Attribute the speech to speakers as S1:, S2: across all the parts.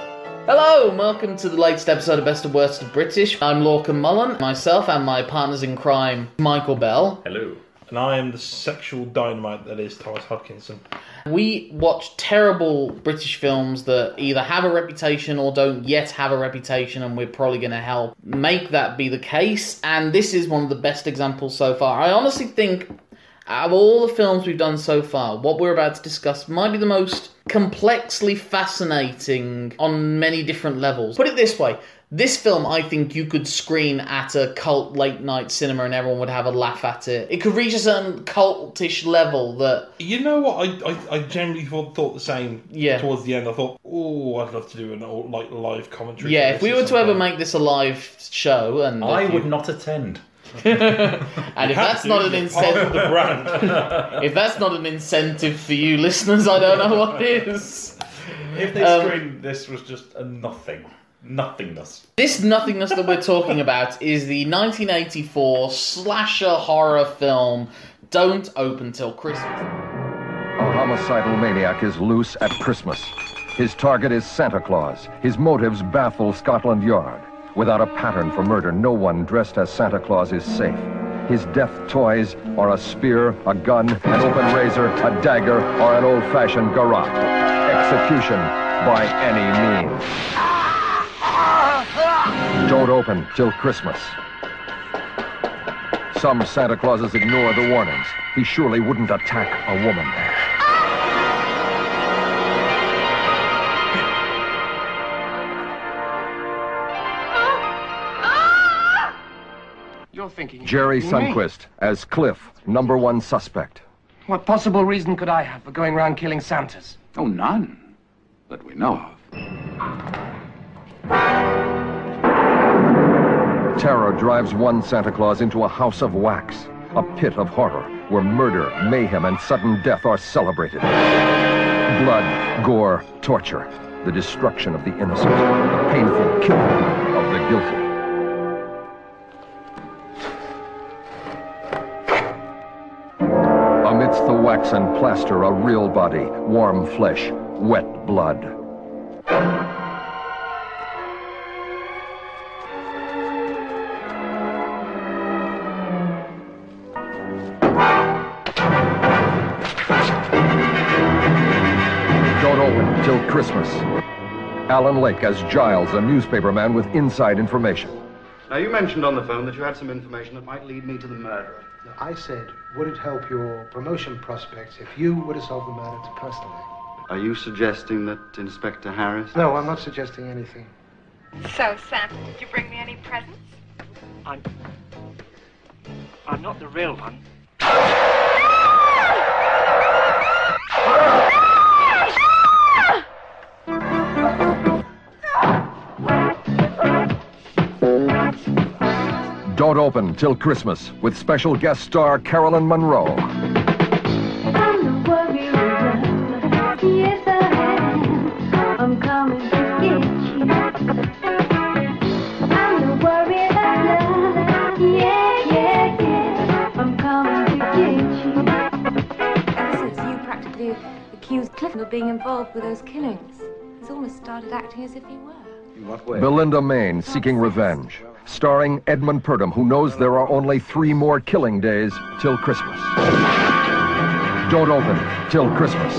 S1: Hello and welcome to the latest episode of Best of Worst of British. I'm Lorcan Mullen, myself and my partners in crime, Michael Bell.
S2: Hello.
S3: and I am the sexual dynamite that is Thomas Hodgkinson.
S1: We watch terrible British films that either have a reputation or don't yet have a reputation, and we're probably going to help make that be the case. And this is one of the best examples so far. I honestly think, out of all the films we've done so far, what we're about to discuss might be the most complexly fascinating on many different levels. Put it this way. This film, I think you could screen at a cult late night cinema and everyone would have a laugh at it. It could reach a certain cultish level that
S3: You know what? I I, I generally thought, thought the same.
S1: Yeah.
S3: Towards the end, I thought, oh, I'd love to do an old, like live commentary.
S1: Yeah,
S3: for
S1: if
S3: this
S1: we
S3: at
S1: were to
S3: some
S1: ever
S3: point.
S1: make this a live show, and
S2: I
S1: if you-
S2: would not attend.
S1: and if
S3: Have
S1: that's
S3: to,
S1: not an
S3: you're part of
S1: incentive,
S3: the brand.
S1: if that's not an incentive for you listeners, I don't know what is.
S2: If they
S1: Um,
S2: screamed this was just a nothing. Nothingness.
S1: This nothingness that we're talking about is the 1984 slasher horror film. Don't open till Christmas.
S4: A homicidal maniac is loose at Christmas. His target is Santa Claus. His motives baffle Scotland Yard. Without a pattern for murder, no one dressed as Santa Claus is safe. His death toys are a spear, a gun, an open razor, a dagger, or an old-fashioned garrote. Execution by any means. Don't open till Christmas. Some Santa Clauses ignore the warnings. He surely wouldn't attack a woman.
S5: You're thinking.
S4: Jerry
S5: Me?
S4: Sunquist as Cliff, number one suspect.
S5: What possible reason could I have for going round killing Santas?
S6: Oh, none that we know of.
S4: Terror drives one Santa Claus into a house of wax, a pit of horror where murder, mayhem, and sudden death are celebrated. Blood, gore, torture, the destruction of the innocent, the painful killing of the guilty. Amidst the wax and plaster, a real body, warm flesh, wet blood. Don't open till Christmas. Alan Lake as Giles, a newspaperman with inside information.
S7: Now, you mentioned on the phone that you had some information that might lead me to the murderer.
S8: I said, would it help your promotion prospects if you were to solve the matter to personally?
S7: Are you suggesting that Inspector Harris?
S8: No, I'm not suggesting anything.
S9: So, Santa, did you bring me any presents?
S5: I'm. I'm not the real one.
S4: Don't open till Christmas with special guest star Carolyn Monroe.
S10: I'm the warrior. Yes, I am. I'm coming to get you. I'm the warrior of love. Yeah, yeah, yeah. I'm coming to get you. Since you practically accused Clifton of being involved with those killings, he's almost started acting as if he were.
S4: Belinda Main seeking revenge. Starring Edmund Purdom, who knows there are only three more killing days till Christmas. Don't open till Christmas.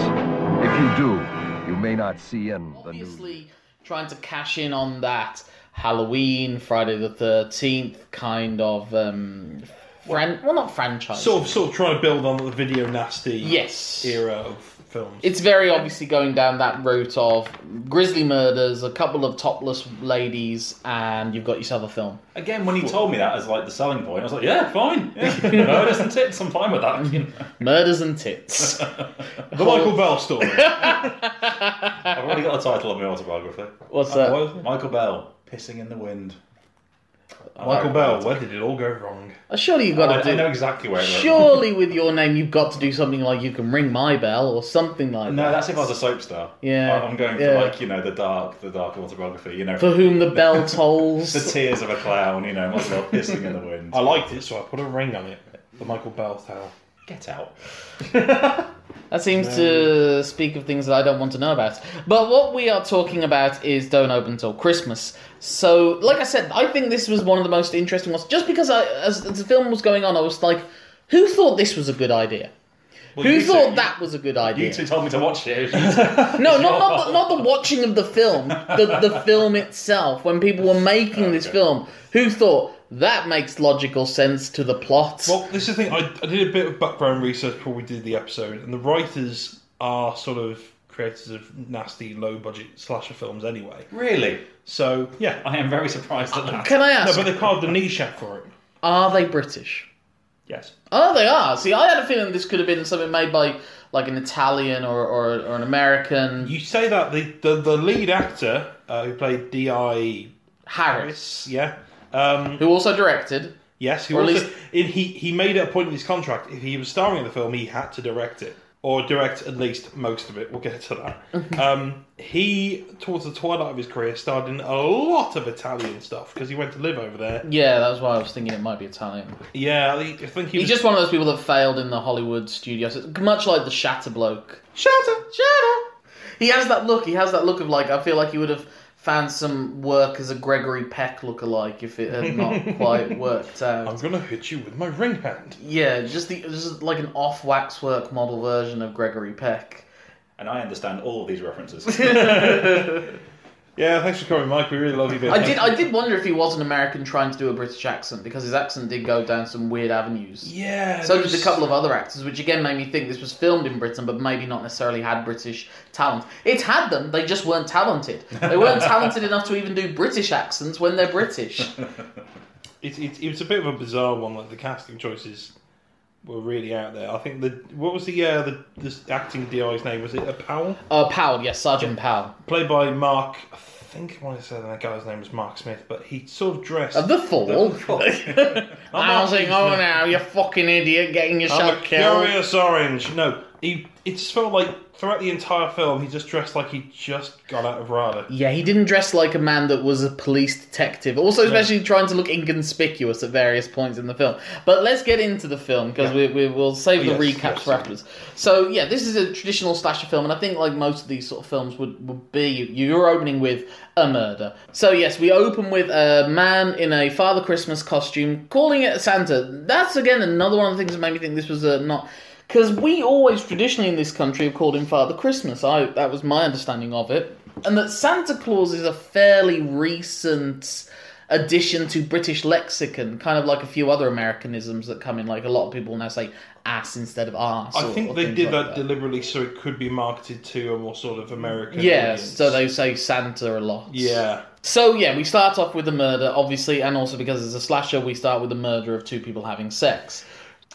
S4: If you do, you may not see in the new
S1: Obviously, trying to cash in on that Halloween, Friday the 13th kind of um, fran- well, not franchise.
S3: sort of, sort of trying to build on the video nasty
S1: yes,
S3: era of films.
S1: It's very obviously going down that route of grisly murders, a couple of topless ladies, and you've got yourself a film.
S2: Again, when he told me that as like the selling point, I was like, yeah, fine. Yeah. no, it isn't it? I'm fine with that. you know.
S1: Murders and tits.
S3: the Michael Bell story.
S2: I've already got the title of my autobiography.
S1: What's
S2: Uh,
S1: that?
S2: what- Michael Bell, Pissing in the Wind.
S3: Michael Bell. Where did it all go wrong?
S1: Uh, Surely you've got
S2: I, I
S1: to
S2: know
S1: do.
S2: exactly where it went.
S1: Surely with your name, you've got to do something like you can ring my bell or something like
S2: No,
S1: that.
S2: that's if I was a soap star.
S1: Yeah,
S2: I- I'm going for
S1: yeah.
S2: like, you know, the dark, the dark autobiography, you know.
S1: For whom the bell tolls.
S2: the tears of a clown, you know, might as well pissing in the wind.
S3: I liked it, so I put a ring on it. The Michael Bell towel.
S2: Get out.
S1: That seems to speak of things that I don't want to know about. But what we are talking about is Don't Open Till Christmas. So, like I said, I think this was one of the most interesting ones. Just because I, as, as the film was going on, I was like, who thought this was a good idea? who
S2: you two-
S1: thought that was a good
S2: You
S1: idea?
S2: two told me to watch it. It was you two.
S1: No, not not the, not the watching of the film, the the film itself. When people were making this
S2: Okay.
S1: film, who thought that makes logical sense to the plot?
S3: Well, this is the thing. I, I did a bit of background research before we did the episode, and the writers are sort of creators of nasty, low-budget slasher films anyway.
S2: really?
S3: So yeah,
S2: I am very surprised at that.
S1: Can I
S3: no,
S1: ask?
S3: but they carved a niche out for it.
S1: Are they British?
S3: Yes.
S1: Oh, they are. See, I had a feeling this could have been something made by like an Italian or or, or an American.
S3: You say that the the, the lead actor uh, who played Di
S1: Harris,
S3: yeah. Um,
S1: who also directed.
S3: yes, who
S1: Or at
S3: also,
S1: least-
S3: in, he he made it a point in his contract if he was starring in the film, he had to direct it or direct at least most of it. We'll get to that. um, he towards the twilight of his career starred in a lot of Italian stuff because he went to live over there.
S1: Yeah, that's why I was thinking it might be Italian.
S3: Yeah, I think- I think he
S1: He's
S3: was
S1: just one of those people that failed in the Hollywood studios, It's much like the Shatter bloke.
S3: Shatter.
S1: Shatter. He has that look. He has that look of like I feel like he would have found some work as a Gregory Peck lookalike if it had not quite worked
S3: I'm
S1: out.
S3: gonna hit you with my ring hand.
S1: Yeah, just the just like an off waxwork model version of Gregory Peck.
S2: And I understand all these references.
S3: Yeah, thanks for coming, Mike. We really love you. being
S1: I
S3: here.
S1: did I did wonder if he was an American trying to do a British accent because his accent did go down some weird avenues.
S3: Yeah.
S1: So
S3: there's-
S1: did a couple of other actors, which again made me think this was filmed in Britain, but maybe not necessarily had British talent. It had them; they just weren't talented. They weren't talented enough to even do British accents when they're British.
S3: It, it, it was a bit of a bizarre one. Like the casting choices were really out there. I think the what was the uh, the this acting DI's name was it a Powell
S1: Uh, Powell, yes, Sergeant Powell.
S3: played by Mark. I think I want to say that guy's name was Mark Smith, but he sort of dressed.
S1: Uh, the Fall. I was like, oh now, you fucking idiot, getting
S3: I'm
S1: yourself
S3: a
S1: killed.
S3: curious orange. No, he. It just felt like throughout the entire film he just dressed like he just got out of RADA.
S1: Yeah, he didn't dress like a man that was a police detective. Also, especially trying to look inconspicuous at various points in the film. But let's get into the film because we, we will save the
S3: Oh, Yes,
S1: recaps
S3: yes.
S1: for afterwards. So yeah, this is a traditional slasher film, and I think like most of these sort of films would would be you- you're opening with a murder. So yes, we open with a man in a Father Christmas costume calling it Santa. That's again another one of the things that made me think this was a not. Because we always traditionally in this country have called him Father Christmas. I that was my understanding of it, and that Santa Claus is a fairly recent addition to British lexicon, kind of like a few other Americanisms that come in. Like a lot of people now say ass instead of arse.
S3: I
S1: or- or
S3: think they
S1: things
S3: did
S1: like
S3: that, deliberately so it could be marketed to a more sort of American.
S1: Yeah,
S3: audience.
S1: so they say Santa a lot.
S3: Yeah.
S1: So yeah, we start off with the murder, obviously, and also because it's a slasher, we start with the murder of two people having sex.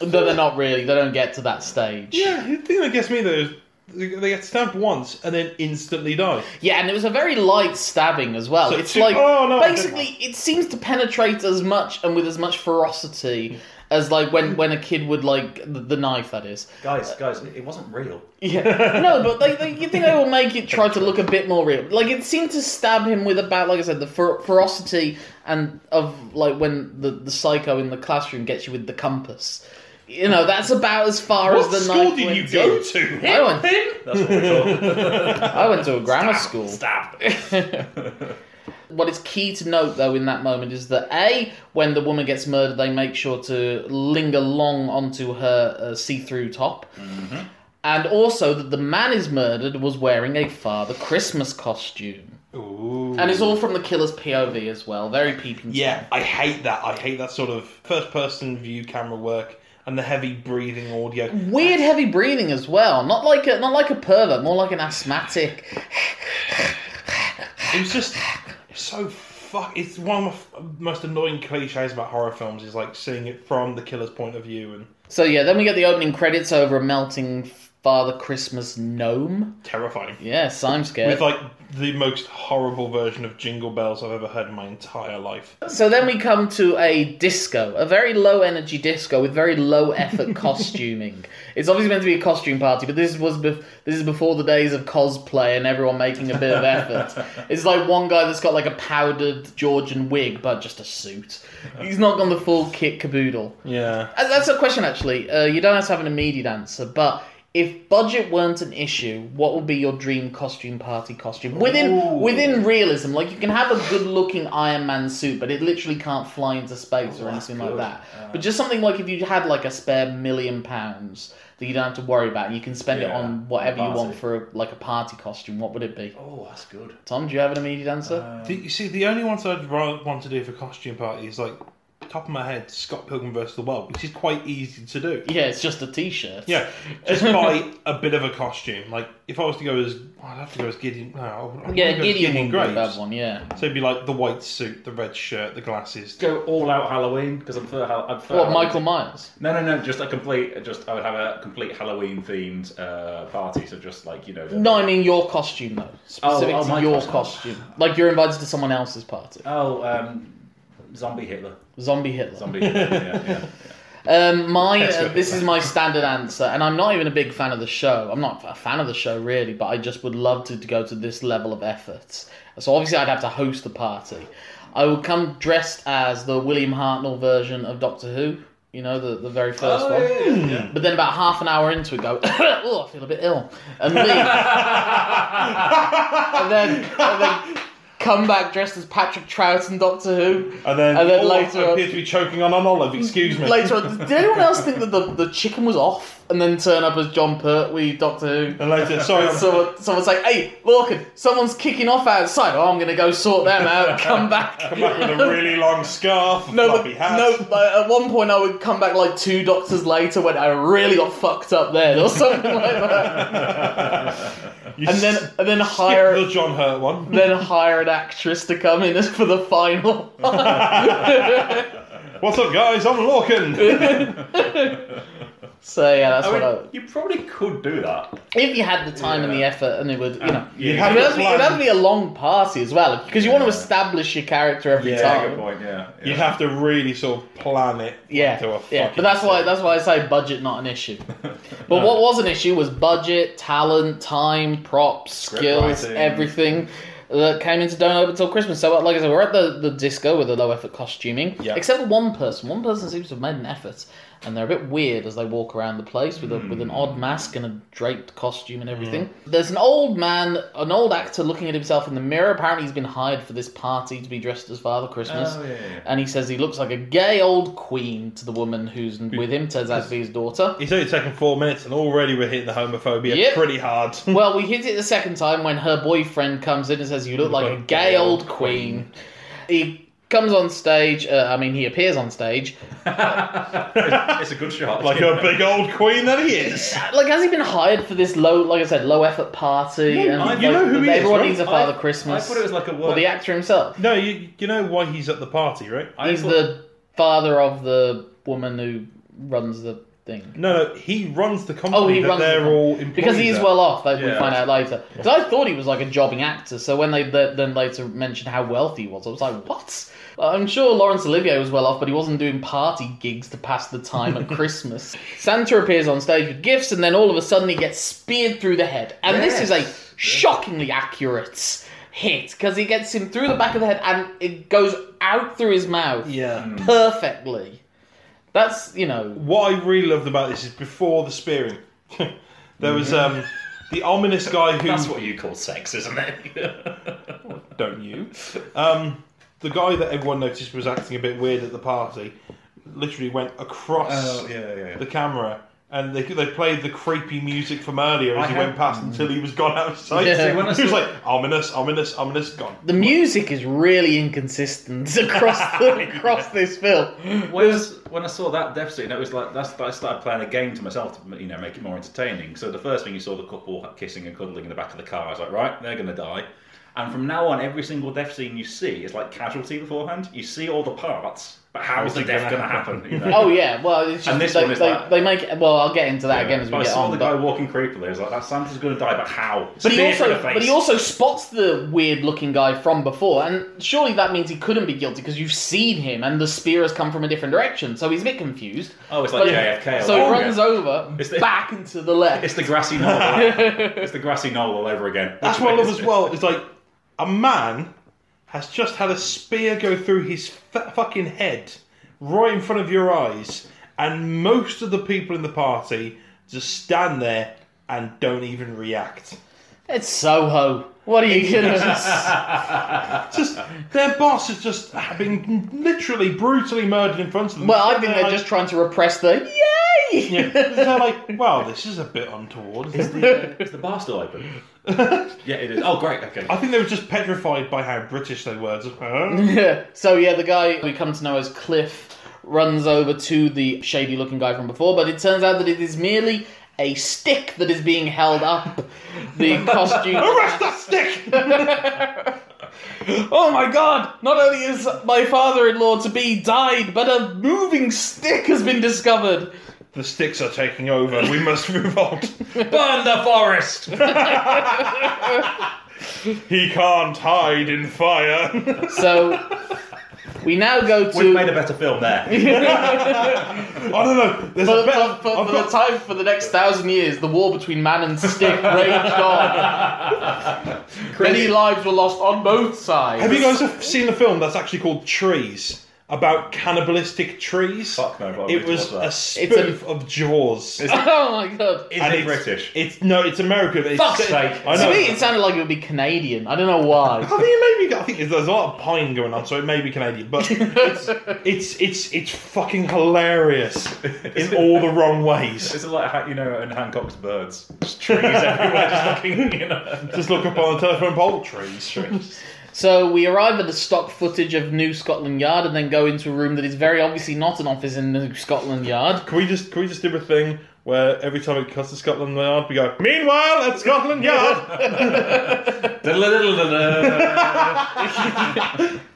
S1: Though they're not really, they don't get to that stage.
S3: Yeah, the thing that gets me though is they they get stabbed once and then instantly die.
S1: Yeah, and it was a very light stabbing as well.
S3: So
S1: it's
S3: two-
S1: like
S3: oh, no, I didn't
S1: basically it seems to penetrate as much and with as much ferocity as like when when a kid would like the, the knife that is.
S2: guys, guys, it wasn't real.
S1: Yeah. No, but they, they, you think they will make it try to look a bit more real. Like it seemed to stab him with about, like I said, the fer- ferocity and of like when the the psycho in the classroom gets you with the compass. You know, that's about as far
S3: What
S1: as the
S3: school
S1: knife
S3: did
S1: went
S3: you go
S1: in.
S3: to?
S1: I went,
S2: That's what we're talking.
S1: I went to a grammar school.
S2: Stab.
S1: What is key to note, though, in that moment is that A, when the woman gets murdered, they make sure to linger long onto her uh, see through top.
S3: Mm-hmm.
S1: And also that the man is murdered was wearing a Father Christmas costume.
S3: Ooh.
S1: And it's all from the killer's POV as well. Very peeping.
S3: Uh, Yeah, I hate that. I hate that sort of first person view camera work and the heavy breathing audio.
S1: Weird heavy breathing as well. Not like a not like a pervert, more like an asthmatic.
S3: It was just it's so fuck. It's one of the most annoying cliches about horror films is like seeing it from the killer's point of view and
S1: So yeah, then we get the opening credits over a melting f- Father Christmas gnome.
S3: Terrifying.
S1: Yes, I'm scared.
S3: With like the most horrible version of jingle bells I've ever heard in my entire life.
S1: So then we come to a disco, a very low energy disco with very low effort costuming. It's obviously meant to be a costume party, but this was bef- this is before the days of cosplay and everyone making a bit of effort. it's like one guy that's got like a powdered Georgian wig, but just a suit. He's not gone the full kit caboodle.
S3: Yeah.
S1: Uh, That's a question, actually. Uh, you don't have to have an immediate answer, but if budget weren't an issue, what would be your dream costume party costume within
S3: Ooh.
S1: within realism? Like you can have a good looking Iron Man suit, but it literally can't fly into space
S2: Oh,
S1: or
S2: that's
S1: anything
S2: good.
S1: like that.
S2: Uh.
S1: but just something like if you had like a spare million pounds that you don't have to worry about, and you can spend it
S2: Yeah,
S1: on whatever you
S2: party.
S1: want for a, like a party costume. What would it be?
S2: Oh, that's good. Um,
S1: Tom, do you have an immediate answer?
S2: Uh,
S3: The, you see, the only ones I'd rather want to do for costume party is like top of my head Scott Pilgrim versus the World, which is quite easy to do.
S1: yeah, it's just a T-shirt.
S3: Yeah,
S2: Oh
S3: just buy a bit of a costume. Like if I was to go as, I'd have to go as Gideon. No, I wouldn't go
S1: yeah,
S3: as
S1: Gideon, would be a
S3: Graves.
S1: bad one. Yeah.
S3: So it'd be like the white suit, the red shirt, the glasses.
S2: Go all out Halloween because I'm for Hal- I'm for
S1: What
S2: Halloween.
S1: Michael Myers?
S2: No, no, no. Just a complete. Just I would have a complete Halloween themed uh, party. So just like you know. the-
S1: No, I mean your costume though. Specific
S2: Oh, oh,
S1: to
S2: my
S1: your costume.
S2: costume.
S1: Like you're invited to someone else's party.
S2: Oh, um, zombie Hitler.
S1: Zombie Hitler.
S2: Zombie Hitler. yeah, yeah.
S1: Um, my
S3: That's
S1: uh,
S3: good.
S1: this is my standard answer, and I'm not even a big fan of the show. I'm not a fan of the show really, but I just would love to, to go to this level of effort. So obviously, I'd have to host the party. I would come dressed as the William Hartnell version of Doctor Who. You know, the, the very
S2: Oh,
S1: first one. But then about half an hour into it, go, oh, I feel a bit ill, and leave. and then, and then come back dressed as Patrick Trout and Doctor Who.
S3: And then,
S1: And then
S3: oh,
S1: later
S3: I
S1: on-
S3: appear to be choking on an olive. Excuse me.
S1: Later on, did anyone else think that the, the chicken was off and then turn up as John Pertwee, Doctor Who?
S3: And um, later, sorry. I'm-
S1: Someone, someone's like, hey, Lorcan, someone's kicking off outside. Oh, I'm going to go sort them out, come back.
S3: Come back with a really long scarf, a
S1: No, but,
S3: floppy hat.
S1: no. Like, at one point, I would come back like two doctors later when I really got fucked up then, or something like that.
S3: You
S1: And then,
S3: skip
S1: and then hire
S3: the John Hurt one.
S1: then hire an actress to come in as for the final.
S3: What's up, guys? I'm Lorcan.
S1: so yeah, that's
S2: I
S1: what I.
S2: mean, you probably could do that.
S1: If you had the time and the
S2: Yeah.
S1: effort, and it would, you know,
S2: you
S1: it
S3: have
S1: would
S3: to
S1: have, to be, it would
S3: plan.
S1: have to be a long party as well because you want to
S2: Yeah.
S1: establish your character every
S2: Yeah,
S1: time.
S2: good point. Yeah, yeah.
S3: You'd have to really sort of plan it. into
S1: Yeah,
S3: a
S1: yeah, but
S3: fucking
S1: that's why
S3: set.
S1: that's why I say budget not an issue. But what was an issue was budget, talent, time, props, skills,
S2: writing.
S1: everything that came into Don't Open Till Christmas. So, like I said, we're at the, the disco with the low effort costuming,
S3: Yeah.
S1: except for one person. One person seems to have made an effort, and they're a bit weird as they walk around the place with a, with an
S2: Hmm.
S1: odd mask and a draped costume and everything. There's an old man, an old actor, looking at himself in the mirror. Apparently, he's been hired for this party to be dressed as Father Christmas
S2: Oh, yeah, yeah, yeah.
S1: and he says he looks like a gay old queen to the woman who's with him. Turns out to be his daughter.
S3: It's only taken four minutes, and already we're hitting the homophobia
S1: Yep.
S3: pretty hard.
S1: Well, we hit it the second time when her boyfriend comes in and says, "You look like a gay old queen." He comes on stage. Uh, I mean, he appears on stage.
S2: it's a good shot.
S3: like a big old queen that he is.
S1: Uh, Like, has he been hired for this low, like I said, low effort party? and,
S2: I-
S1: like,
S2: you know
S3: who he is,
S1: Everyone
S3: right?
S1: needs a Father
S2: I-
S1: Christmas.
S2: I thought it was like a work.
S1: well, the actor himself.
S3: No, you you know why he's at the party, right?
S2: I
S1: He's
S2: thought-
S1: the father of the woman who runs the thing.
S3: No, no, he runs the company
S1: Oh, he
S3: that
S1: runs
S3: they're
S1: the-
S3: all employees
S1: because he is
S3: at.
S1: well off. That we
S2: Yeah.
S1: find out later. Because I thought he was like a jobbing actor. So when they th- then later mentioned how wealthy he was, I was like, what? I'm sure Laurence Olivier was well off, but he wasn't doing party gigs to pass the time at Christmas. Santa appears on stage with gifts, and then all of a sudden he gets speared through the head. And this is a shockingly accurate hit because he gets him through the back of the head and it goes out through his mouth
S3: Yeah.
S1: perfectly. That's you know
S3: What I really loved about this is before the spearing, there was um the ominous guy who
S2: That's what you call sex, isn't it?
S3: don't you? Um, the guy that everyone noticed was acting a bit weird at the party, literally went across
S2: Oh, yeah, yeah, yeah.
S3: the camera, and they they played the creepy music from earlier as
S2: I
S3: he
S2: have-
S3: went past until he was gone out of sight.
S1: Yeah. See,
S2: when I
S3: He was
S2: saw-
S3: like ominous, ominous, ominous, gone.
S1: The music is really inconsistent across the, across this film.
S2: When I, when I saw that deficit, and it was like that's I started playing a game to myself to you know make it more entertaining. So the first thing you saw the couple kissing and cuddling in the back of the car, I was like, right, they're gonna die. And from now on, every single death scene you see is like casualty beforehand. You see all the parts, but how is the
S3: it
S2: death going
S3: gonna
S2: to happen? you know?
S1: Oh yeah, well it's just
S2: And this
S1: they,
S2: one is
S1: they,
S2: like-
S1: they make well I'll get into that again as we
S2: But I
S1: get
S2: saw
S1: on.
S2: the
S1: but-
S2: guy walking creepily. I was like, that Santa's going to die, but how?
S1: But he
S2: Spear through
S1: also,
S2: the face.
S1: but he also spots the weird-looking guy from before, and surely that means he couldn't be guilty because you've seen him, and the spear has come from a different direction, so he's a bit confused.
S2: Oh, it's like
S1: But-
S2: JFK.
S1: So
S2: all
S1: he
S2: over
S1: runs
S2: again.
S1: over,
S2: It's the-
S1: back and to the left.
S2: It's the grassy knoll. it's the grassy knoll all over again.
S3: That's
S2: Which
S3: what I
S2: way
S3: love
S2: is
S3: as
S2: it?
S3: well. It's like a man has just had a spear go through his f- fucking head right in front of your eyes, and most of the people in the party just stand there and don't even react.
S1: It's Soho. What are you gonna?
S3: Just their boss is just having literally brutally murdered in front of them.
S1: well, I think they're
S3: like-
S1: just trying to repress the yay.
S3: Yeah, they're like, wow, this is a bit untoward.
S2: Is the, uh, is the bar still open? yeah, it is. Oh, great. Okay.
S3: I think they were just petrified by how British they were. Just, huh?
S1: so yeah, the guy we come to know as Cliff runs over to the shady looking guy from before, but it turns out that it is merely a stick that is being held up. The costume.
S3: Arrest that stick!
S1: oh my god! Not only is my father in law to be died, but a moving stick has been discovered!
S3: the sticks are taking over. We must move on.
S2: Burn the forest!
S3: He can't hide in fire.
S1: So, we now go to.
S2: We've made a better film there.
S3: I don't know. There's
S1: for,
S3: a bit.
S1: for- for-
S3: I've
S1: for the
S3: got-
S1: time for the next thousand years, the war between man and stick raged on. Many lives were lost on both sides.
S3: Have you guys seen a film that's actually called Trees? About cannibalistic trees?
S2: Fuck no, I've got
S3: It
S2: to
S3: was
S2: watch
S3: a
S2: that.
S3: spoof of Jaws.
S1: oh my god!
S2: Is
S3: And
S2: it
S3: it's-
S2: British?
S3: It's no, it's American. It's
S2: Fuck's
S3: set-
S2: sake.
S3: I
S1: To
S3: know.
S1: me, it sounded like it would be Canadian. I don't know
S3: I
S1: why.
S3: think it may be. I think there's a lot of pine going on, so it may be Canadian, but it's it's it's, it's fucking hilarious in all the wrong ways.
S2: Is it like, Ha- you know, in Hancock's Birds? Just trees everywhere, just looking, you know.
S3: Just look up on the telephone pole trees. trees.
S1: So we arrive at the stock footage of New Scotland Yard, and then go into a room that is very obviously not an office in New Scotland Yard.
S3: Can we just can we just do a thing where every time it cuts to Scotland Yard, we go. Meanwhile, at Scotland Yard,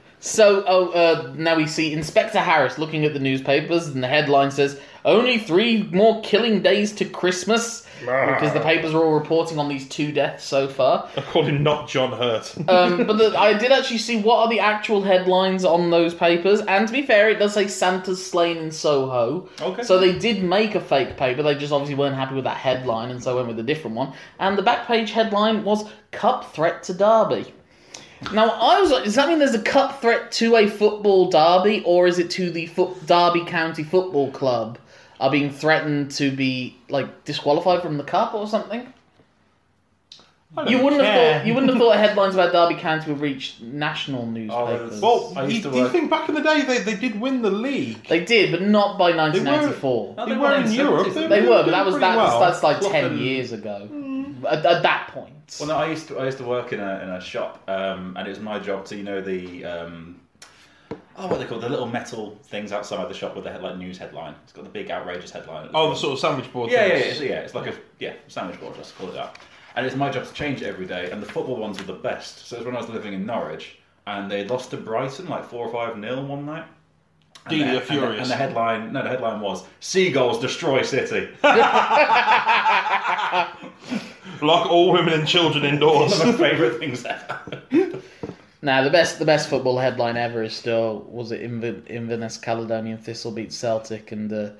S1: So oh, uh, now we see Inspector Harris looking at the newspapers, and the headline says, "Only three more killing days to Christmas," because the papers are all reporting on these two deaths so far.
S3: I call him not John Hurt.
S1: Um, but the, I did actually see what are the actual headlines on those papers, and to be fair, it does say Santa's slain in Soho.
S2: Okay.
S1: So they did make a fake paper. They just obviously weren't happy with that headline, and so went with a different one. And the back page headline was "Cup Threat to Derby." Now I was like, does that mean there's a cup threat to a football derby, or is it to the foot Derby County Football Club are being threatened to be like disqualified from the cup or something? You wouldn't have thought you wouldn't have thought headlines about Derby County would reach national newspapers.
S3: Well,
S2: I
S3: you,
S2: used to
S3: do you
S2: work-
S3: think back in the day they, they did win the league?
S1: they did, but not by 1994.
S2: No,
S3: They were in
S2: the
S3: Europe.
S2: 70s,
S3: They,
S2: didn't
S1: They were, but that was
S3: pretty
S1: that,
S3: well.
S1: that's like ten
S2: Fluffing-
S1: years ago. At, at that point,
S2: Well, no, I used to I used to work in a in a shop, um, and it was my job to you know the um, oh what are they called the little metal things outside the shop with the head, like news headline. It's got the big outrageous headline.
S3: Oh, the sort of sandwich board.
S2: yeah, yeah,
S3: things.
S2: yeah, it's, yeah. It's like a yeah sandwich board. Let's call it that. And it's my job to change it every day. And the football ones were the best. So it was when I was living in Norwich, and they lost to Brighton like four or five nil one night. And
S3: Delia
S2: the- and the-
S3: Furious.
S2: And the headline, no, the headline was "Seagulls Destroy City."
S3: Lock all women and children
S2: One
S3: indoors.
S2: of my favourite things ever.
S1: now the best the best football headline ever is still was it Inver- Inverness Caledonian Thistle beat Celtic, and uh,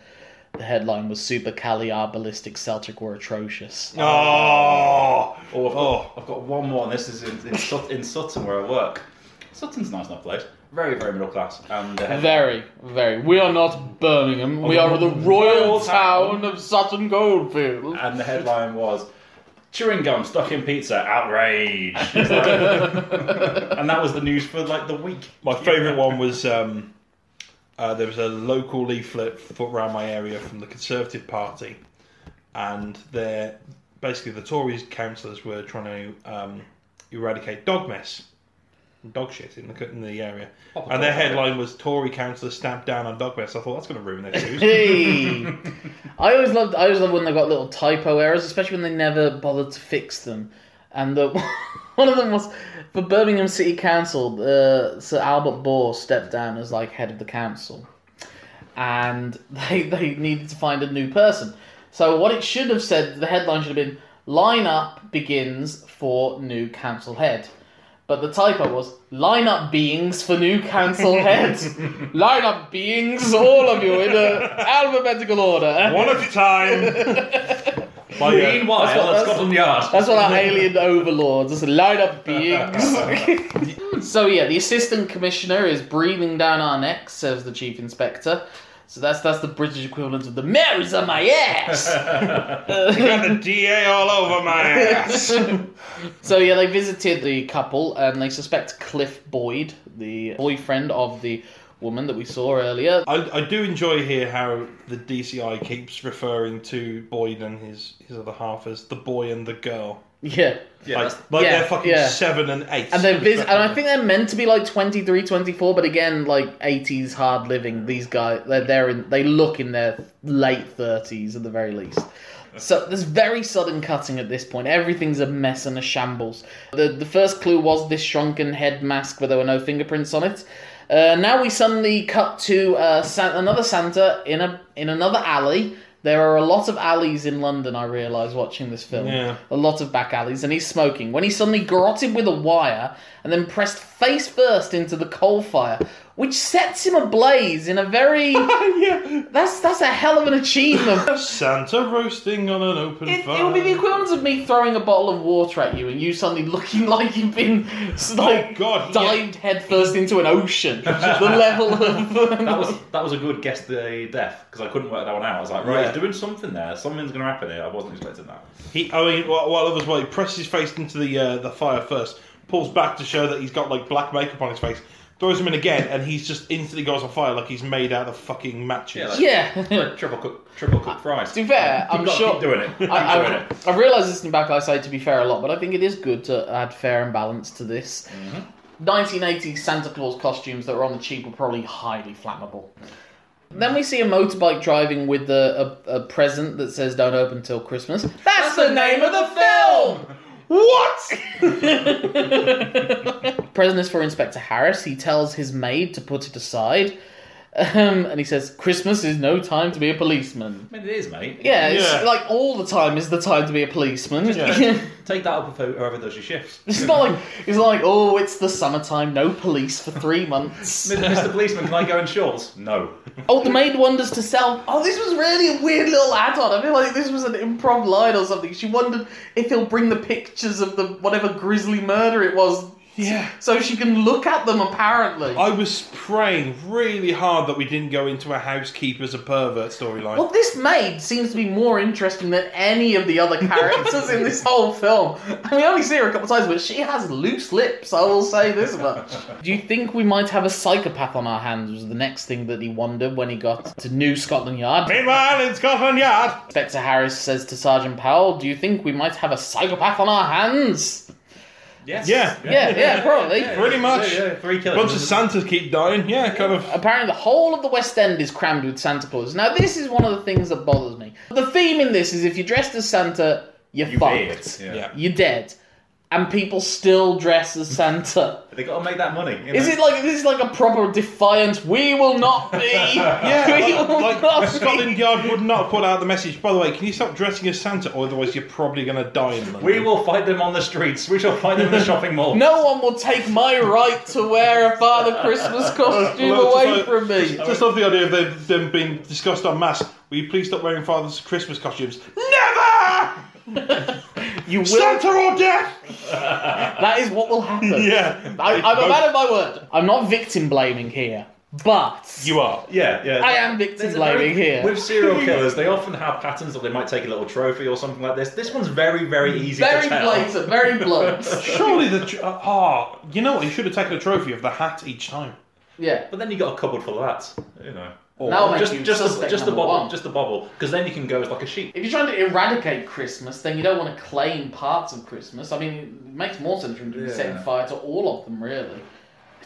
S1: the headline was Super Cali are ballistic Celtic were atrocious.
S3: oh,
S2: Oh, I've got,
S3: Oh.
S2: I've got one more, and this is in, in, Sut- in Sutton where I work. Sutton's a nice enough place. Very, very middle class. And uh,
S1: Very, very. We are not Birmingham. We are the royal town of Sutton Goldfield.
S2: And the headline was chewing gum stuck in pizza outrage. It's like- and that was the news for like the week.
S3: my favourite one was um, uh, there was a local leaflet put around my area from the Conservative Party, and their basically the Tories councillors were trying to um, eradicate dog mess, dog shit in the in the area,
S2: Proper
S3: and their
S2: dog shit.
S3: headline was Tory councillors stamp down on dog mess. I thought that's going to ruin their news.
S1: Hey, I always loved. I always loved when they got little typo errors, especially when they never bothered to fix them. and the, one of them was for Birmingham City Council. Uh, Sir Albert Bohr stepped down as like head of the council, and they they needed to find a new person. So what it should have said, the headline should have been "Lineup begins for new council head." But the typo was line up beings for new council heads. line up beings, all of you in a alphabetical order.
S3: One at a time. By, uh,
S1: that's what-
S2: Meanwhile, at
S1: that's-
S2: Scotland Yard.
S1: That's what our alien overlords, just line up beings. so yeah, the assistant commissioner is breathing down our necks, says the chief inspector. So that's that's the British equivalent of the mary's on my ass.
S3: Got the DA all over my ass.
S1: so yeah, they visited the couple and they suspect Cliff Boyd, the boyfriend of the woman that we saw earlier.
S3: I, I do enjoy here how the DCI keeps referring to Boyd and his, his other half as the boy and the girl.
S1: Yeah.
S2: Yeah,
S3: like
S2: that's-
S3: like
S1: yeah,
S3: they're fucking
S1: yeah.
S3: seven and eight.
S1: And they're vis- and I
S3: respectively.
S1: think they're meant to be like 23, 24, but again, like 80s hard living. These guys, they're, they're in, they look in their late 30s at the very least. So there's very sudden cutting at this point. Everything's a mess and a shambles. The the first clue was this shrunken head mask, but there were no fingerprints on it. Uh, now we suddenly cut to uh, San- another Santa in a in another alley. There are a lot of alleys in London. I realise watching this film
S3: Yeah.
S1: a lot of back alleys, and he's smoking. When he's suddenly garroted with a wire and then pressed face first into the coal fire, which sets him ablaze in a very
S3: yeah.
S1: that's that's a hell of an achievement.
S3: Santa roasting on an open
S1: It,
S3: fire.
S1: it would be the equivalent of me throwing a bottle of water at you and you suddenly looking like you've been like
S3: God, he-
S1: dived headfirst into an ocean. the level of
S2: That was that was a good guess the death because I couldn't work that one out. I was like, right,
S3: Yeah.
S2: he's doing something there. Something's going to happen here. I wasn't expecting that.
S3: He, I mean, while while others well, he presses his face into the uh, the fire first, pulls back to show that he's got like black makeup on his face, throws him in again, and he's just instantly goes on fire like he's made out of fucking matches.
S2: Yeah, like-
S1: yeah.
S2: Triple cook, triple cook fries.
S1: Uh, to be fair,
S2: You've
S1: I'm
S2: got to
S1: sure
S2: keep doing it. Keep
S1: I,
S2: doing
S1: I,
S2: it.
S1: I realise this in back I say to be fair a lot, but I think it is good to add fair and balance to this. Mm-hmm. 1980s Santa Claus costumes that were on the cheap were probably highly flammable. Then we see a motorbike driving with a, a, a present that says "Don't open till Christmas." That's, the, name of the film. What? present is for Inspector Harris. He tells his maid to put it aside, um, and he says, "Christmas is no time to be a policeman."
S2: I mean, it is, mate.
S1: Yeah, it's
S3: Yeah.
S1: like all the time is the time to be a policeman.
S2: Take that up with whoever does your shifts.
S1: it's not like it's not like oh, it's the summertime, no police for three months.
S2: Mr. Policeman, can I go in shorts? No.
S1: oh, the maid wonders to sell. Oh, this was really a weird little add-on. I feel like this was an improv line or something. She wondered if he'll bring the pictures of the whatever grisly murder it was,
S3: yeah.
S1: so she can look at them. Apparently.
S3: I was praying really hard that we didn't go into a housekeeper's a pervert storyline.
S1: well, this maid seems to be more interesting than any of the other characters in this whole film. And we only see her a couple times, but she has loose lips, I will say this much. Do you think we might have a psychopath on our hands? Was the next thing that he wondered when he got to New Scotland Yard.
S3: Meanwhile, in Scotland Yard.
S1: Inspector Harris says to Sergeant Powell, Do you think we might have a psychopath on our hands?
S2: Yes.
S3: Yeah.
S1: Yeah, yeah, probably.
S3: Pretty much.
S2: Yeah, yeah, Three killers.
S3: Bunch of Santas keep dying. Yeah, kind of.
S1: Apparently, the whole of the West End is crammed with Santa Claus. Now, this is one of the things that bothers me. The theme in this is if you're dressed as Santa, you're
S2: You
S1: fucked.
S2: did, Yeah.
S3: Yeah.
S1: You're dead. And people still dress as Santa.
S2: They got to make that money. you
S1: Is
S2: know.
S1: it like this is like a proper defiance? We will not be.
S3: Yeah,
S1: we
S3: like-
S1: will
S3: like,
S1: not be.
S3: Scotland Yard would not put out the message. By the way, can you stop dressing as Santa, or otherwise you're probably going to die in London.
S2: We will fight them on the streets. We shall fight them in the shopping mall.
S1: No one will take my right to wear a Father Christmas costume
S3: Well,
S1: away
S3: just
S1: from me.
S3: Just love the idea of them, them being discussed on mass. Will you please stop wearing Father's Christmas costumes? Never!
S1: You will.
S3: Santa or death!
S1: That is what will happen.
S3: Yeah.
S1: I, I'm a man of my word. I'm not victim blaming here, but
S3: You are.
S2: Yeah, yeah.
S1: I am victim blaming here.
S2: With serial killers, they often have patterns that they might take a little trophy or something like this. This one's very, very easy
S1: very
S2: to tell.
S1: blatant, very blunt.
S3: Surely the. Tr- ah, you know what? You should have taken a trophy of the hat each time.
S1: Yeah.
S2: But then you got a cupboard full of that, you know. Or
S1: That'll make
S2: just
S1: you
S2: just the,
S1: suspect
S2: just the
S1: number
S2: bobble,
S1: one.
S2: just the bobble, because then you can go as like a sheep.
S1: If you're trying to eradicate Christmas, then you don't want to claim parts of Christmas. I mean, it makes more sense for him to be
S2: Yeah.
S1: setting fire to all of them, really.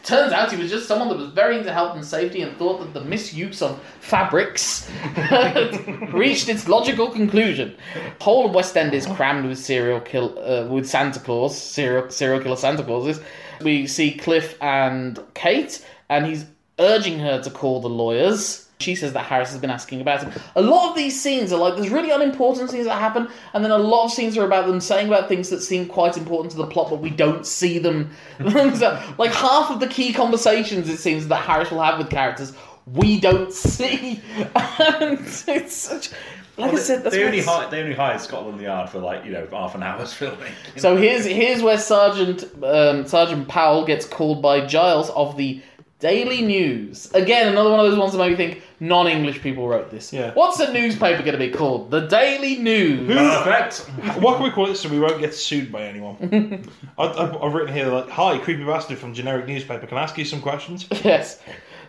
S1: Turns out he was just someone that was very into health and safety and thought that the misuse of fabrics had reached its logical conclusion. Whole of West End is crammed with serial kill uh, with Santa Claus, serial serial killer Santa Clauses. We see Cliff and Kate, and he's urging her to call the lawyers. She says that Harris has been asking about him. A lot of these scenes are like there's really unimportant scenes that happen, and then a lot of scenes are about them saying about things that seem quite important to the plot, but we don't see them. So, like half of the key conversations it seems that Harris will have with characters we don't see, and it's such. Like
S2: Well,
S1: I said, that's
S2: they,
S1: why
S2: only
S1: it's-
S2: hired, they only hired Scotland Yard for like you know half an hour's filming.
S1: So here's here's where Sergeant um, Sergeant Powell gets called by Giles of the Daily News. Again, another one of those ones that made me think non-English people wrote this.
S3: Yeah.
S1: What's a newspaper going to be called? The Daily News.
S2: perfect.
S3: What can we call it so we won't get sued by anyone? I, I've, I've written here like, "Hi, creepy bastard from generic newspaper. Can I ask you some questions?"
S1: yes.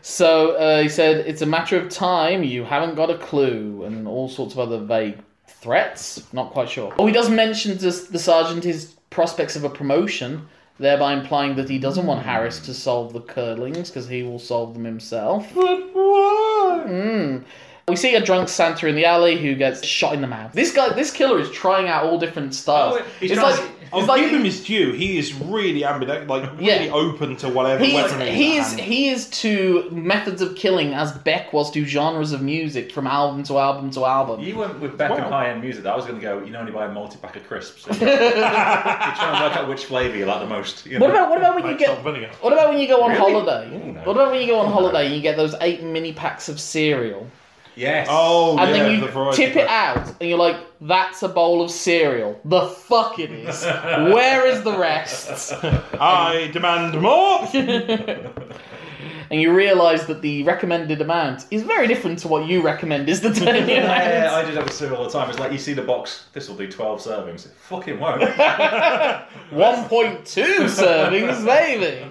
S1: So uh, he said it's a matter of time. You haven't got a clue, and all sorts of other vague threats. Not quite sure. Oh, he does mention to s- the sergeant his prospects of a promotion. Thereby implying that he doesn't want Harris to solve the curlings because he will solve them himself.
S3: But why?
S1: Mm. We see a drunk Santa in the alley who gets shot in the mouth. This guy, this killer, is trying out all different styles.
S2: Oh, he's
S1: it's
S2: trying-
S1: like,
S3: I'll
S1: it's like
S3: give him his due. He is really ambidextrous, like
S1: Yeah.
S3: really open to whatever
S1: he is,
S3: weaponry
S1: he
S3: is
S1: is
S3: at hand.
S1: he is to methods of killing as Beck was to genres of music from album to album to album.
S2: You went with Beckham
S3: Wow.
S2: high end music. That I was going to go. You know, when you buy a multi pack of crisps, you're trying to work out which flavour you like the most. You know?
S1: What about what about when you
S3: Like
S1: get
S3: salt vinegar.
S1: what about when you go on
S2: Really?
S1: holiday?
S2: Ooh, no.
S1: What about when you go on holiday and you get those eight mini packs of cereal
S2: Yes.
S3: Oh,
S1: and
S3: yeah,
S1: then you
S3: the variety
S1: tip it
S3: pack.
S1: out and you're like, "That's a bowl of cereal." The fuck it is. Where is the rest?
S3: I demand more.
S1: and you realise that the recommended amount is very different to what you recommend is the daily
S2: Yeah,
S1: amount.
S2: I do that with cereal all the time. It's like you see the box. This will do twelve servings. It fucking won't.
S1: 1.2 servings, baby.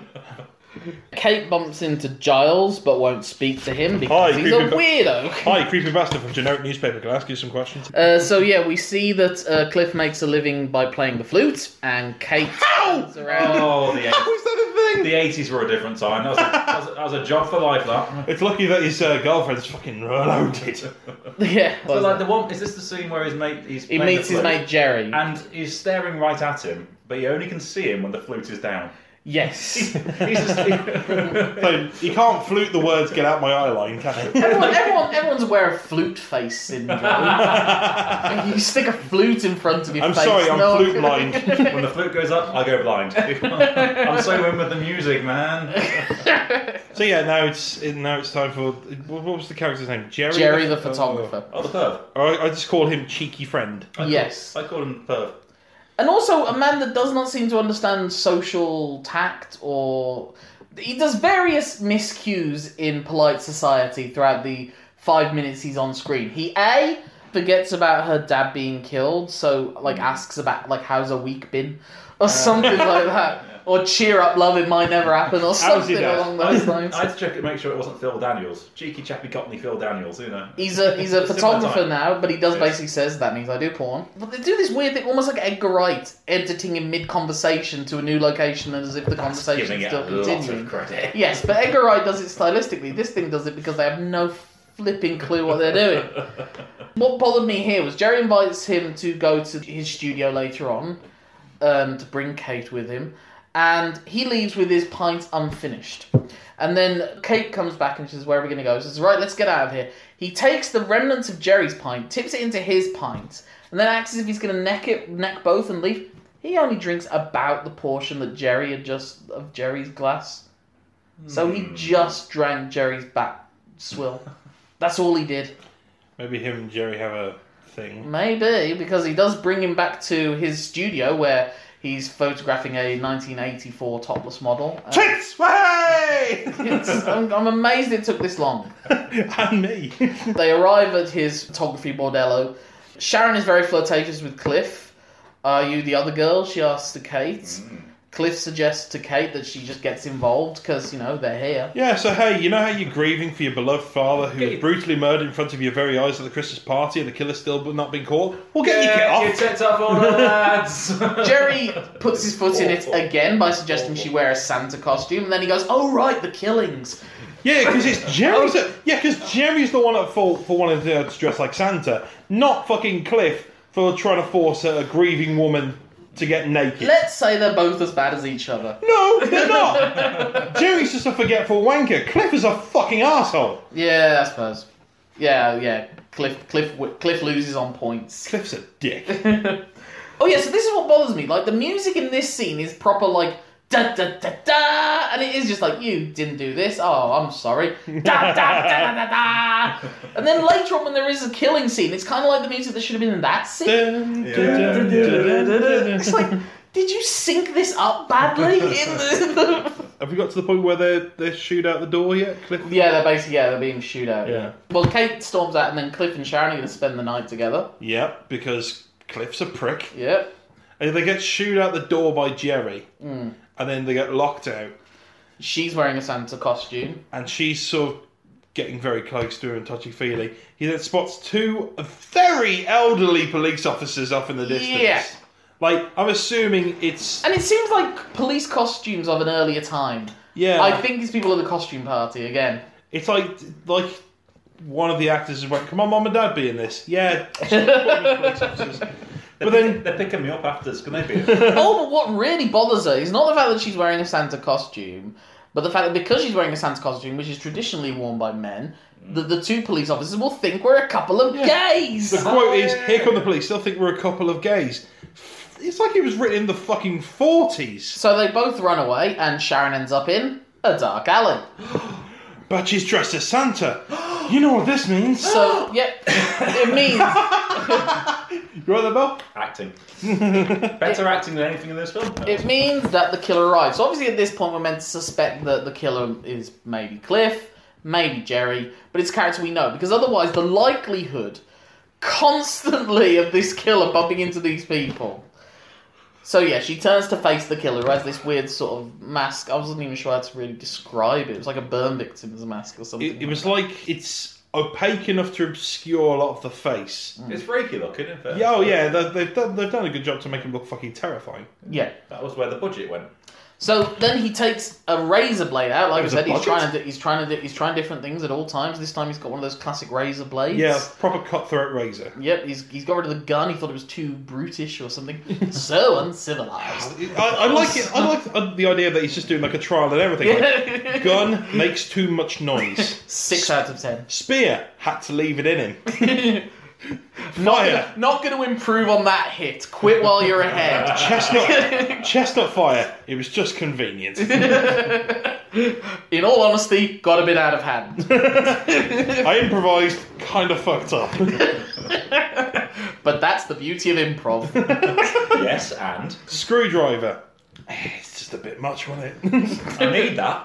S1: Kate bumps into Giles but won't speak to him because
S3: Hi,
S1: he's a
S3: creepy bu-
S1: weirdo.
S3: Hi, creepy bastard from generic newspaper. Can I ask you some questions?
S1: Uh, so yeah, we see that uh, Cliff makes a living by playing the flute, and Kate turns around.
S2: Oh, the eight-
S3: is that a
S2: the eighties were a different time. That was a, that was a, that was a job for life. That.
S3: It's lucky that his uh, girlfriend's fucking loaded.
S1: yeah,
S2: So like the one is this the scene where his mate he's
S1: he
S2: playing
S1: meets
S2: the
S1: his
S2: flute?
S1: mate Jerry.
S2: and he's staring right at him, but you only can see him when the flute is down.
S1: yes,
S2: He's just,
S3: So you can't flute the words "get out my eye line," can you?
S1: everyone, everyone, everyone's aware of flute face syndrome. you stick a flute in front of your
S3: I'm
S1: face.
S3: sorry, I'm
S1: no one
S3: flute
S1: can-
S3: blind.
S2: when the flute goes up, I go blind. I'm so in with the music, man.
S3: So yeah, now it's it- now it's time for what what was the character's name? Jerry.
S1: Jerry the photographer.
S2: Oh, the perv.
S3: I, I just called him cheeky friend.
S1: Yes.
S2: I call him perv.
S1: And also a man that does not seem to understand social tact or he does various miscues in polite society throughout the five minutes he's on screen. He A forgets about her dad being killed, so like
S2: Mm.
S1: asks about like how's a week been? Or something like that. Or cheer up love it might never happen or
S3: How's your
S1: something
S3: dad?
S1: along those lines.
S2: I had to check it, make sure it wasn't Phil Daniels. Cheeky chappy Cockney Phil Daniels, you know.
S1: He's a he's a
S2: Similar
S1: photographer
S2: time.
S1: now, but he does
S2: Yes.
S1: basically says that means I do porn. But they do this weird thing, almost like Edgar Wright editing in mid conversation to a new location, and as if the conversation
S2: Giving
S1: is
S2: it
S1: still
S2: a lot of
S1: continuing.
S2: credit.
S1: Yes, but Edgar Wright does it stylistically. This thing does it because they have no flipping clue what they're doing. what bothered me here was Jerry invites him to go to his studio later on um, to bring Kate with him, and he leaves with his pint unfinished. And then Kate comes back and says, "Where are we going to go?" She says, "Right, let's get out of here." He takes the remnants of Jerry's pint, tips it into his pint, and then acts as if he's going to neck it, neck both, and leave. He only drinks about the portion that Jerry had just of Jerry's glass. So he just drank Jerry's back swill. That's all he did.
S3: Maybe him and Jerry have a thing.
S1: Maybe because he does bring him back to his studio where he's photographing a 1984 topless model. Uh,
S3: Tits way!
S1: it's- I'm, I'm amazed it took this long.
S3: and me.
S1: They arrive at his photography bordello. Sharon is very flirtatious with Cliff. Are you the other girl? She asks to Kate. Cliff suggests to Kate that she just gets involved because you know they're here.
S3: Yeah, so hey, you know how you're grieving for your beloved father who was brutally murdered in front of your very eyes at the Christmas party and the killer still but not been caught? Well, get your kit
S2: Get
S3: off.
S2: your tits off, all the lads.
S1: Jerry puts his foot in it again by suggesting she wear a Santa costume, and then he goes, "Oh right, the killings."
S3: Yeah, because it's Jerry's. yeah, because Jerry's the one at fault for wanting to, to dress like Santa, not fucking Cliff for trying to force a grieving woman to get naked.
S1: Let's say they're both as bad as each other.
S3: no, they're not. Jerry's just a forgetful wanker. Cliff is a fucking asshole.
S1: Yeah, I suppose. Yeah, yeah. Cliff, Cliff, w- Cliff loses on points.
S3: Cliff's a dick.
S1: Oh yeah, so this is what bothers me. Like the music in this scene is proper like da da da da, and it is just like you didn't do this. Oh, I'm sorry. Da da da da da da. And then later on, when there is a killing scene, it's kind of like the music that should have been in that scene. It's like, did you sync this up badly? In the, in the...
S3: Have we got to the point where they they shoot out the door yet, Cliff?
S1: Yeah, they're basically yeah, they're being shootout.
S3: Yeah.
S1: Well, Kate storms out, and then Cliff and Sharon are going to spend the night together.
S3: Yep, because Cliff's a prick.
S1: Yep.
S3: And they get shooed out the door by Jerry,
S1: Hmm.
S3: and then they get locked out,
S1: She's wearing a Santa costume.
S3: and she's sort of getting very close to him and touchy feely. He then spots two very elderly police officers off in the distance.
S1: Yeah.
S3: Like, I'm assuming it's.
S1: And it seems like police costumes of an earlier time.
S3: Yeah.
S1: I think these people at the costume party again.
S3: It's like like one of the actors went, "Come on, mom and dad, be in this." Yeah. Police officers. but then,
S2: they're picking me up after this. Can they be?
S1: oh, but what really bothers her is not the fact that she's wearing a Santa costume, but the fact that because she's wearing a Santa costume, which is traditionally worn by men,
S3: Mm.
S1: that the two police officers will think we're a couple of gays.
S3: the quote is, "Here come the police." They'll think we're a couple of gays. It's like it was written in the fucking forties.
S1: So they both run away, and Sharon ends up in a dark alley.
S3: But she's dressed as Santa. You know what this means?
S1: So, yeah, it means
S3: You right there, Bill?
S2: acting. Better acting than anything in this film.
S1: It means that the killer arrives. So obviously, at this point, we're meant to suspect that the killer is maybe Cliff, maybe Jerry, but it's a character we know because otherwise, the likelihood constantly of this killer bumping into these people. So yeah, she turns to face the killer who has this weird sort of mask. I wasn't even sure how to really describe it. It was like a burn victim's mask or something.
S3: It, it was like it's opaque enough to obscure a lot of the face.
S2: It's freaky looking, isn't it?
S3: Yeah, oh yeah, they- they've done, they've done a good job to make him look fucking terrifying.
S1: yeah.
S2: That was where the budget went.
S1: So then he takes a razor blade out. Like I
S3: There's a
S1: said, he's
S3: budget?
S1: trying to do, he's trying to do, he's trying different things at all times. This time he's got one of those classic razor blades.
S3: Yeah, proper cutthroat razor.
S1: Yep, he's, he's got rid of the gun. He thought it was too brutish or something. so uncivilized.
S3: I, I like it. I like uh, the idea that he's just doing like a trial and everything. Like, gun makes too much noise.
S1: Six out of ten.
S3: Spear had to leave it in him.
S1: Not
S3: Fire.
S1: gonna, not gonna improve on that hit. Quit while you're ahead.
S3: Chestnut, chestnut fire. It was just convenient.
S1: In all honesty, got a bit out of hand.
S3: I improvised, kind of fucked up.
S1: But that's the beauty of improv.
S2: Yes, and
S3: Screwdriver. Eh, It's just a bit much, wasn't it?
S2: I need that.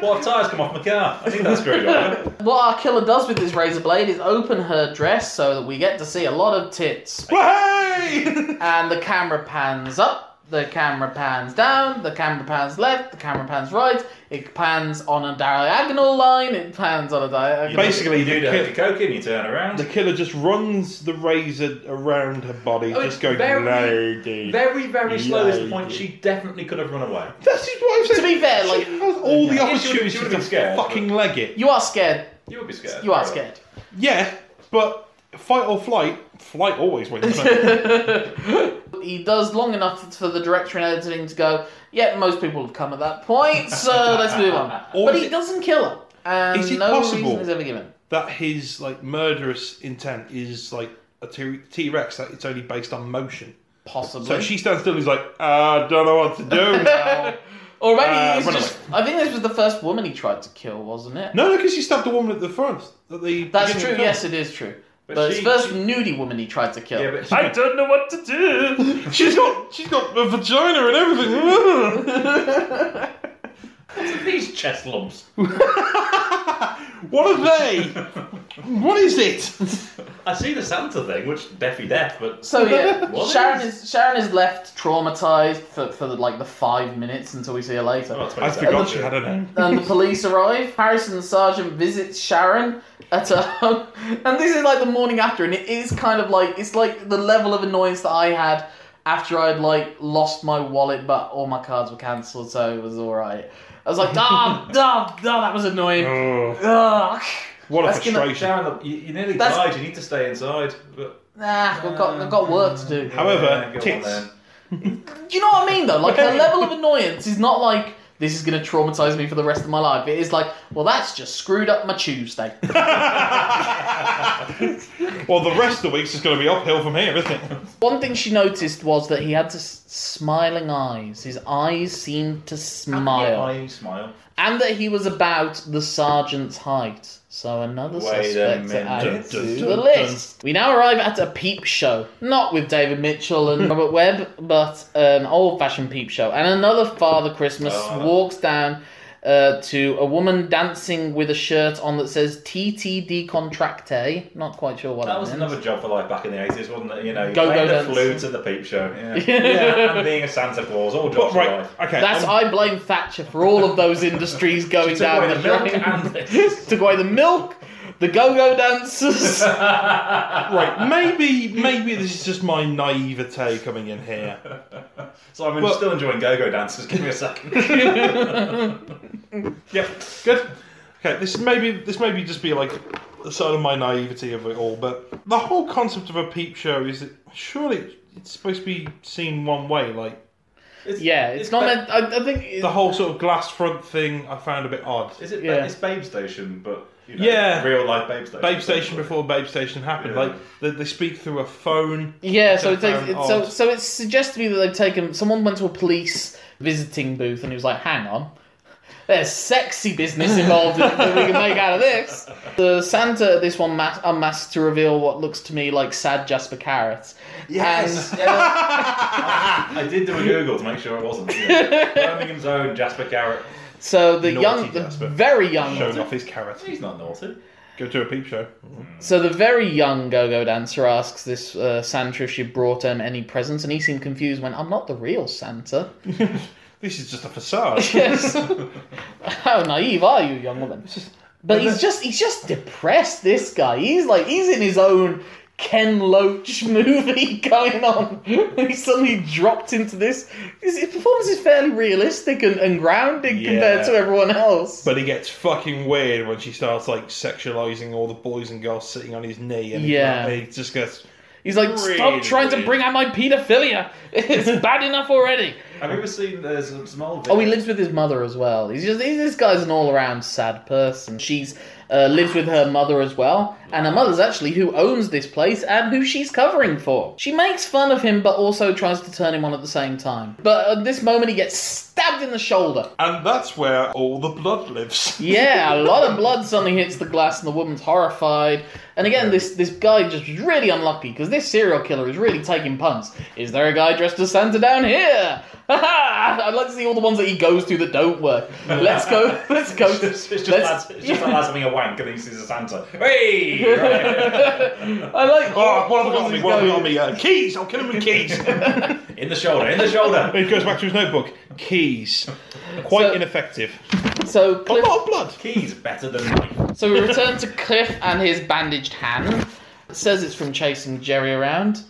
S2: what if tyres come off my car? I need that screwdriver.
S1: what our killer does with this razor blade is open her dress so that we get to see a lot of tits.
S3: Way!
S1: And the camera pans up, the camera pans down, the camera pans left, the camera pans right. It pans on a diagonal line. It pans on a diagonal.
S3: Basically,
S2: You do
S3: the,
S2: that
S3: kill-
S2: with your coke in, you turn around.
S3: the killer just runs the razor around her body,
S2: Oh,
S3: just
S2: it's
S3: going
S2: very-
S3: lady.
S2: Very, very slow is the point.
S3: Lady.
S2: She definitely could have run away.
S3: This is what I'm saying.
S1: To be fair, like-
S3: she has all the
S2: Yeah, she would've- she
S3: opportunities
S2: would've
S3: to
S2: been scared,
S3: fucking leg it.
S1: You are scared.
S2: You would be scared.
S1: You are scared.
S3: Yeah, but fight or flight. Flight always wins. mate.
S1: He does long enough for the director and editing to go, yeah, most people have come at that point, so let's move on.
S3: Or
S1: but
S3: is
S1: he
S3: it-
S1: doesn't kill her. And
S3: Is it
S1: no
S3: possible-
S1: reason is ever given.
S3: that his like murderous intent is like a T Rex. That it's only based on motion.
S1: Possibly.
S3: So she stands still. and He's like, I don't know what to do now.
S1: or maybe
S3: Uh,
S1: he's
S3: run
S1: just. I think this was the first woman he tried to kill, wasn't it?
S3: no, no, because she stabbed a woman at the front. At the
S1: That's
S3: beginning of the
S1: true,
S3: film.
S1: yes, it is true. But,
S2: But
S1: it's
S2: she-
S1: first
S2: she-
S1: nudie woman he tried to kill.
S2: Yeah, but she,
S3: I don't know what to do. She's got she's got a vagina and everything.
S2: these chest lumps.
S3: what are they? What is it?
S2: I see the Santa thing, which deafy deaf, but
S1: So yeah,
S2: What
S1: Sharon
S2: is-
S1: is Sharon is left traumatized for, for the, like the five minutes until we see her later.
S2: Oh, it's
S3: I
S2: very
S3: forgot
S2: sad.
S3: she had a name.
S1: and the police arrive. Harrison Sargent visits Sharon at her home, and this is like the morning after, and it is kind of like it's like the level of annoyance that I had after I'd like lost my wallet, but all my cards were cancelled, so it was all right. I was like, ah, ah, ah, that was annoying.
S3: Oh,
S1: Ugh.
S3: what a
S1: That's gonna-
S3: frustration.
S2: Sharon, look, you, you nearly
S1: That's-
S2: died. You need to stay inside. But,
S1: Nah, I've got I've got work to do.
S3: However,
S2: Yeah, go on
S3: tits.
S2: then.
S1: Do you know what I mean though? Like the level of annoyance is not like this is going to traumatize me for the rest of my life. It is like, well, that's just screwed up my Tuesday.
S3: Well, the rest of the week's just going to be uphill from here, isn't it?
S1: One thing she noticed was that he had s- smiling eyes. His eyes seemed to smile,
S2: I smile.
S1: and that he was about the sergeant's height. So another
S2: Wait a
S1: suspect to
S2: minute.
S1: add
S2: Dun,
S1: to
S3: dun,
S1: the
S3: dun,
S1: list. We now arrive at a peep show, not with David Mitchell and Robert Webb, but an old-fashioned peep show. And another Father Christmas
S2: Oh.
S1: walks down. Uh, to a woman dancing with a shirt on that says TTD Contracte. Not quite sure what
S2: That
S1: that,
S2: was
S1: means.
S2: another job for life back in the eighties, wasn't it? You know, you
S1: Go-go
S2: playing the
S1: dancing.
S2: flute to the peep show. Yeah,
S1: Yeah.
S2: and being a Santa Claus, all
S3: But
S2: jobs for
S3: right,
S2: life.
S3: okay.
S1: That's
S3: I'm-
S1: I blame Thatcher for all of those industries going
S2: took
S1: down
S2: away
S1: the
S2: the milk
S1: drain.
S2: and this.
S1: took away the milk, the go-go dancers.
S3: right. Maybe, maybe this is just my naivete coming in here.
S2: So I'm
S3: Well-
S2: still enjoying go-go dances. Give me a second.
S3: Yep. Good. Okay. This maybe this maybe just be like a sort of my naivety of it all, but the whole concept of a peep show is that surely it's supposed to be seen one way. Like
S1: yeah, it's, not
S2: ba-
S1: meant. I, I think. It,
S3: the whole sort of glass front thing, I found a bit odd.
S2: Is it?
S1: Yeah.
S2: Ba- it's Babe Station, but you know,
S3: Yeah.
S2: real life Babe Station.
S3: Babe Station before Babe Station happened.
S2: Yeah.
S3: Like they, they speak through a phone.
S1: yeah, so
S3: I
S1: it takes,
S3: found
S1: it, so
S3: odd.
S1: so it suggests to me that they've taken. Someone went to a police visiting booth and he was like, "Hang on." There's sexy business involved in it that we can make out of this. The Santa, this one, mas- unmasked to reveal what looks to me like sad Jasper Carrot.
S3: Yes.
S1: And-
S2: I did do a Google to make sure it wasn't. you know. Birmingham's own Jasper Garrett.
S1: so the
S3: Naughty
S1: young, the
S3: Jasper.
S1: very young
S3: Showing off his carrot.
S2: He's not naughty.
S3: Go to a peep show.
S1: So the very young go-go dancer asks this uh, Santa if she brought him any presents, and he seemed confused. Went, "I'm not the real Santa."
S3: This is just a facade.
S1: Yes. How naive are you, young woman? But he's just—he's just depressed. This guy. He's like—he's in his own Ken Loach movie going on. And he suddenly dropped into this. His, his performance is fairly realistic and, and grounding compared
S3: Yeah.
S1: to everyone else.
S3: But it gets fucking weird when she starts like sexualizing all the boys and girls sitting on his knee, and
S1: Yeah.
S3: it just gets.
S1: he's like,
S3: really
S1: "Stop trying to
S3: weird.
S1: bring out my paedophilia. It's bad enough already."
S2: Have you ever seen there's some, some old?
S1: Oh, he
S2: videos-
S1: lives with his mother as well. He's just he's, this guy's an all-around sad person. She's uh, lives with her mother as well, and her mother's actually who owns this place and who she's covering for. She makes fun of him, but also tries to turn him on at the same time. But at this moment, he gets stabbed in the shoulder.
S3: And that's where all the blood lives.
S1: Yeah, a lot of blood suddenly hits the glass, and the woman's horrified. And again, this this guy just is really unlucky because this serial killer is really taking punts. Is there a guy dressed as Santa down here? Ha ha! I'd like to see all the ones that he goes to that don't work. Let's go. Let's go.
S2: It's just, it's just,
S1: let's-
S2: lads, it's just like lads having a wank and he sees a Santa. Hey! Right.
S1: I like.
S3: Oh, one of them
S1: the
S3: got me,
S1: ones
S3: one of
S1: that go-
S3: them got me. Uh, keys! I'll kill him with keys! and
S2: in the shoulder, in the shoulder!
S3: he goes back to his notebook. Keys. Quite
S1: So-
S3: ineffective.
S1: So
S3: A
S1: Cliff.
S3: lot of blood!
S2: Keys better than knife.
S1: So we return to Cliff and his bandaged hand. It says it's from chasing Jerry around.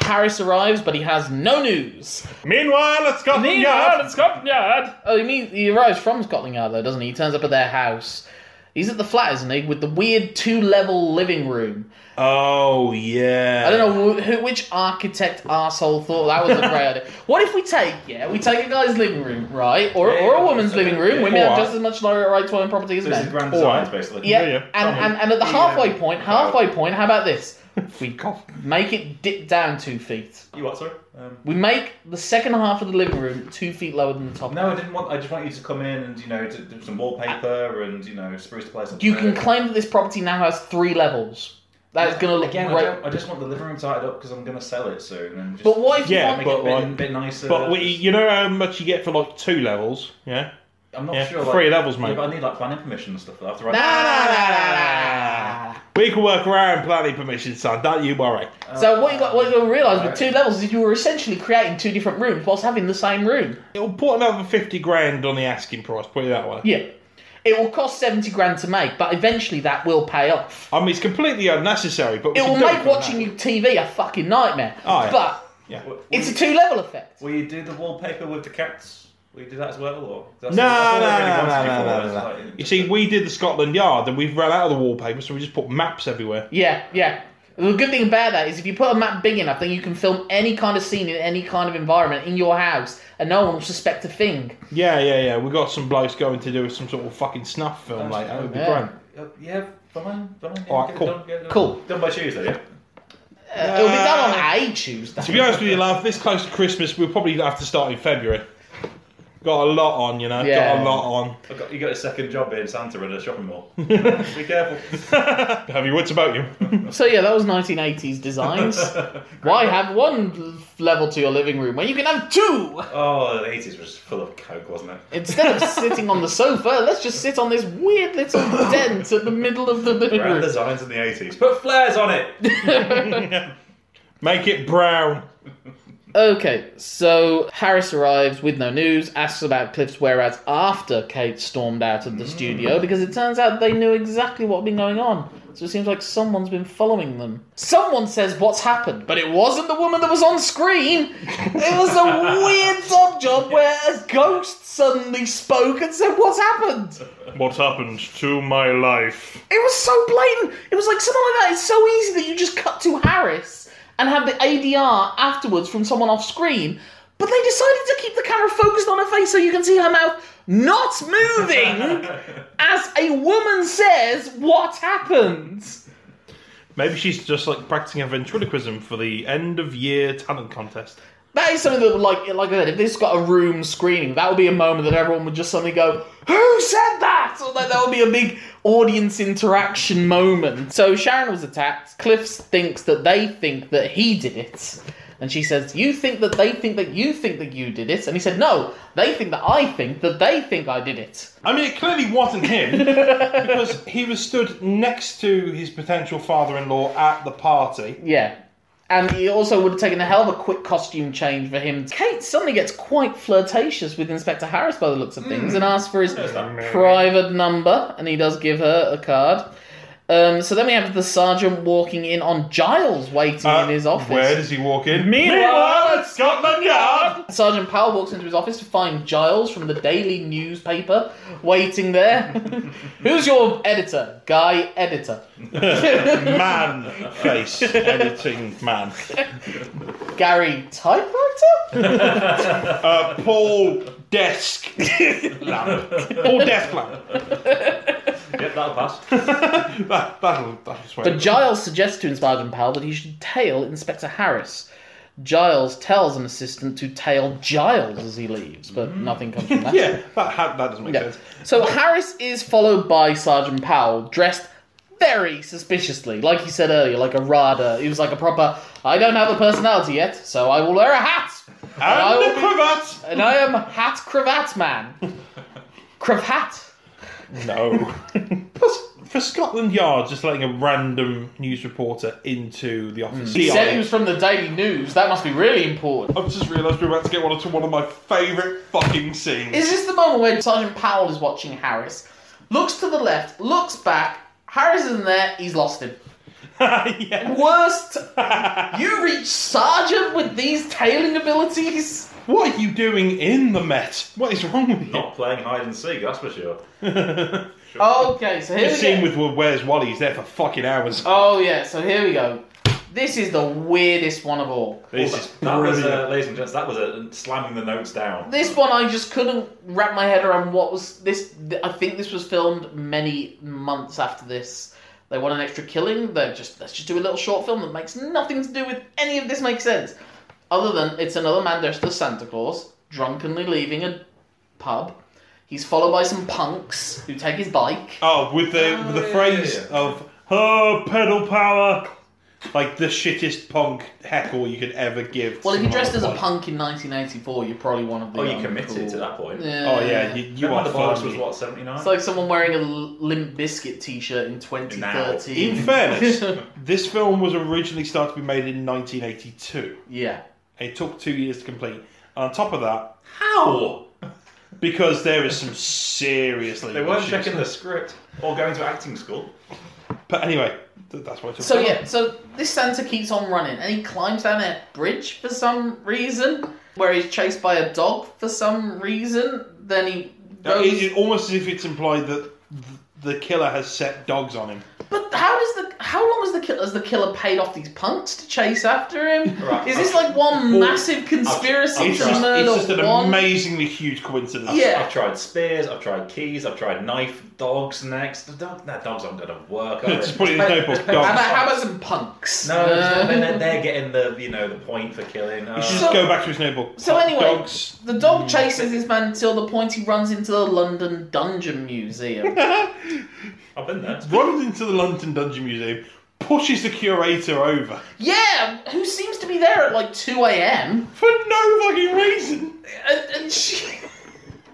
S1: Harris arrives, but he has no news.
S3: Meanwhile, at Scotland Yard.
S1: Scotland Yard. Oh, he means he arrives from Scotland Yard though, doesn't he? He turns up at their house. He's at the flat, isn't he? With the weird two-level living room.
S3: Oh, yeah.
S1: I don't know wh- who, which architect asshole thought that was a great idea. What if we take yeah, we take a guy's living room, right, or,
S2: Yeah,
S1: or
S2: yeah,
S1: a woman's
S2: yeah.
S1: living room? Women have
S3: Alright.
S1: just as much right to own property as
S2: So this
S1: men.
S2: is grand
S3: Alright.
S2: designs, basically.
S1: Yeah,
S3: Yeah, yeah.
S1: And, and and at the
S2: Yeah. Uh,
S1: halfway point, halfway point, how about this? We
S3: Cough.
S1: make it dip down two feet.
S2: You what, sorry? Um,
S1: We make the second half of the living room two feet lower than the top.
S2: no, I didn't want. I just want you to come in and you know to do some wallpaper and you know spruce the place up.
S1: You
S2: a
S1: can
S2: bit.
S1: claim that this property now has three levels. That's going to look
S2: Again, I,
S1: great.
S2: don't- I just want the living room tied up because I'm going to sell it soon. And just
S1: But what if
S3: Yeah,
S1: you
S2: make
S1: want...
S3: but
S2: it a bit,
S3: like-
S2: bit nicer?
S3: But we, you know how much you get for like two levels? Yeah?
S2: I'm not
S3: yeah,
S2: sure. Like,
S3: three levels,
S2: yeah,
S3: mate.
S2: but I need like planning permission and stuff. I have to write.
S1: Nah, nah, nah, nah, nah, nah, nah.
S3: We can work around planning permissions, son. Don't you worry.
S1: So what you got, what you realise with two levels is you were essentially creating two different rooms whilst having the same room.
S3: It'll put another 50 grand on the asking price, put it that way.
S1: Yeah. It will cost seventy grand to make, but eventually that will pay off.
S3: I mean, it's completely unnecessary, but we
S1: It
S3: can
S1: will
S3: do
S1: make
S3: for
S1: watching
S3: that.
S1: you TV a fucking nightmare.
S3: Oh, yeah.
S1: But
S3: Yeah.
S2: Will,
S1: it's a two level effect.
S2: will you do the wallpaper with the cats? Will you do that as well? Or that's,
S3: No,
S2: that's
S3: no,
S2: all I really
S3: no,
S2: wanted you
S3: no, no,
S2: for,
S3: no,
S2: is,
S3: no,
S2: like,
S3: no. You
S2: just
S3: see,
S2: a-
S3: we did the Scotland Yard, and we've run out of the wallpaper, so we just put maps everywhere.
S1: Yeah, yeah. The good thing about that is if you put a map big enough, then you can film any kind of scene in any kind of environment in your house, and no one will suspect a thing.
S3: Yeah, yeah, yeah. We got some blokes going to do some sort of fucking snuff film later. That would be
S1: Yeah.
S3: great.
S2: Uh, yeah, fine, fine. Yeah,
S3: Alright,
S2: get it
S3: cool.
S2: done, get it done.
S1: Cool.
S2: Done by Tuesday, yeah.
S1: Uh, it'll be done on a Tuesday.
S3: To be honest with you, love, this close to Christmas, we'll probably have to start in February. Got a lot on, you know. Got
S1: Yeah.
S3: a lot
S2: I got, you got a second job being Santa in a shopping mall. be careful.
S3: on. Have your wits about you.
S1: So yeah, that was 1980s designs. Why have one level to your living room when you can have two?
S2: Oh, the eighties was full of coke, wasn't it?
S1: Instead of sitting on the sofa, let's just sit on this weird little dent at the middle of the living
S2: Grand
S1: room.
S2: designs in the eighties. Put flares on it.
S3: Make it brown.
S1: Okay, so Harris arrives with no news, asks about Cliff's whereabouts after Kate stormed out of the studio because it turns out they knew exactly what had been going on. So it seems like someone's been following them. Someone says what's happened, but it wasn't the woman that was on screen. It was a weird job job where a ghost suddenly spoke and said what's happened.
S3: What happened to my life?
S1: It was so blatant. It was like something like that. It's so easy that you just cut to Harris and have the ADR afterwards from someone off screen. But they decided to keep the camera focused on her face so you can see her mouth not moving as a woman says what happened.
S3: Maybe she's just like practicing her ventriloquism for the end of year talent contest.
S1: That is something that, like, like I said, if this got a room screening, that would be a moment that everyone would just suddenly go, "Who said that?" Or like, that would be a big audience interaction moment. So Sharon was attacked. Cliff thinks that they think that he did it, and she says, "You think that they think that you think that you did it," and he said, "No, they think that I think that they think I did it."
S3: I mean, it clearly wasn't him because he was stood next to his potential father-in-law at the party.
S1: Yeah. And it also would have taken a hell of a quick costume change for him. Kate suddenly gets quite flirtatious with Inspector Harris by the looks of things and asks for his private number, and he does give her a card. Um, so then we have the sergeant walking in on Giles waiting
S3: Uh,
S1: in his office.
S3: Where does he walk in?
S1: Meanwhile,
S3: at Scotland Yard.
S1: Sergeant Powell walks into his office to find Giles from the daily newspaper waiting there. Who's your editor? Guy Editor.
S3: Man face editing man.
S1: Gary Typewriter?
S3: Uh, Paul desk lamp. Paul desk lamp.
S2: yep, that'll pass.
S3: That, that'll that'll swear.
S1: But Giles suggests to Inspector Powell that he should tail Inspector Harris. Giles tells an assistant to tail Giles as he leaves, but nothing comes from that.
S3: yeah, that ha- that doesn't make
S1: Yeah.
S3: sense.
S1: So Harris is followed by Sergeant Powell, dressed very suspiciously, like you said earlier, like a RADA. He was like a proper, I don't have a personality yet, so I will wear a hat! And, I,
S3: And
S1: will
S3: the
S1: be-
S3: cravat.
S1: and I am hat cravat man. cravat.
S3: No. Plus, for Scotland Yard, just letting a random news reporter into the office.
S1: Mm. He
S3: See,
S1: said
S3: I-
S1: he was from the Daily News, that must be really important.
S3: I've just realised we're about to get one to one of my favourite fucking scenes.
S1: Is this the moment where Sergeant Powell is watching Harris? Looks to the left, looks back. Harris isn't there. He's lost him.
S3: yeah.
S1: Worst. you reach sergeant with these tailing abilities.
S3: What are you doing in the Met? What is wrong with you?
S2: Not playing hide and seek, that's for sure.
S1: Okay, so here
S3: The
S1: we
S3: scene
S1: go.
S3: with well, Where's Wally? He's there for fucking hours.
S1: oh yeah, so here we go. This is the weirdest one of all.
S3: this is
S2: That was, uh,
S3: brilliant.
S2: ladies and gents, that was a slamming the notes down.
S1: This one I just couldn't wrap my head around what was this. th- I think this was filmed many months after this. They want an extra killing. They're just let's just do a little short film that makes nothing to do with any of this makes sense, other than it's another man dressed as Santa Claus drunkenly leaving a pub. He's followed by some punks who take his bike.
S3: Oh, with the with the
S2: yeah,
S3: phrase
S2: yeah,
S3: of "Oh, pedal power." like the shittest punk heckle you could ever give. to
S1: Well, if you're
S3: someone
S1: dressed as a
S3: on
S1: punk in 1984, you're probably one of the.
S2: Oh, you
S1: uncool-
S2: committed to that point.
S1: Yeah.
S3: Oh yeah, you, you
S2: You
S3: are
S2: the box was
S3: funny.
S2: what seventy nine.
S1: It's like someone wearing a L- Limp Biscuit T-shirt in 2013.
S3: In fairness, this film was originally started to be made in 1982.
S1: yeah.
S3: It took two years to complete. And on top of that,
S2: how
S3: because there is some serious
S2: they
S3: legal
S2: weren't
S3: issues.
S2: checking the script or going to acting school.
S3: But anyway, th- that's why it took
S1: So
S3: long.
S1: yeah, so this Santa keeps on running, and he climbs down a bridge for some reason, where he's chased by a dog for some reason. Then he
S3: Now,
S1: goes.
S3: it- it- almost as if it's implied that th- the killer has set dogs on him.
S1: But how does the how long has the killer has the killer paid off these punks to chase after him?
S2: Right.
S1: Is this like one
S3: Well,
S1: massive conspiracy
S3: It's
S1: to
S3: just,
S1: murder
S3: it's just an
S1: one?
S3: amazingly huge coincidence.
S1: Yeah.
S2: I've tried spears, I've tried keys, I've tried knife, dogs next. The dog, nah, dogs aren't going to work. are
S3: Just
S2: they?
S3: put it in his notebook.
S1: How
S3: Dogs.
S1: about, how about some punks?
S2: No, it's
S1: Uh,
S2: not- they're, they're getting the you know the point for killing.
S3: You
S2: Uh,
S3: should
S1: So-
S3: just go back to his notebook.
S1: So anyway,
S3: dogs. Mm.
S1: the dog chases this man until the point he runs into the London Dungeon Museum.
S2: I've been there.
S3: runs into the London Dungeon Museum, pushes the curator over
S1: yeah, who seems to be there at like two a.m.
S3: for no fucking reason.
S1: and, and she.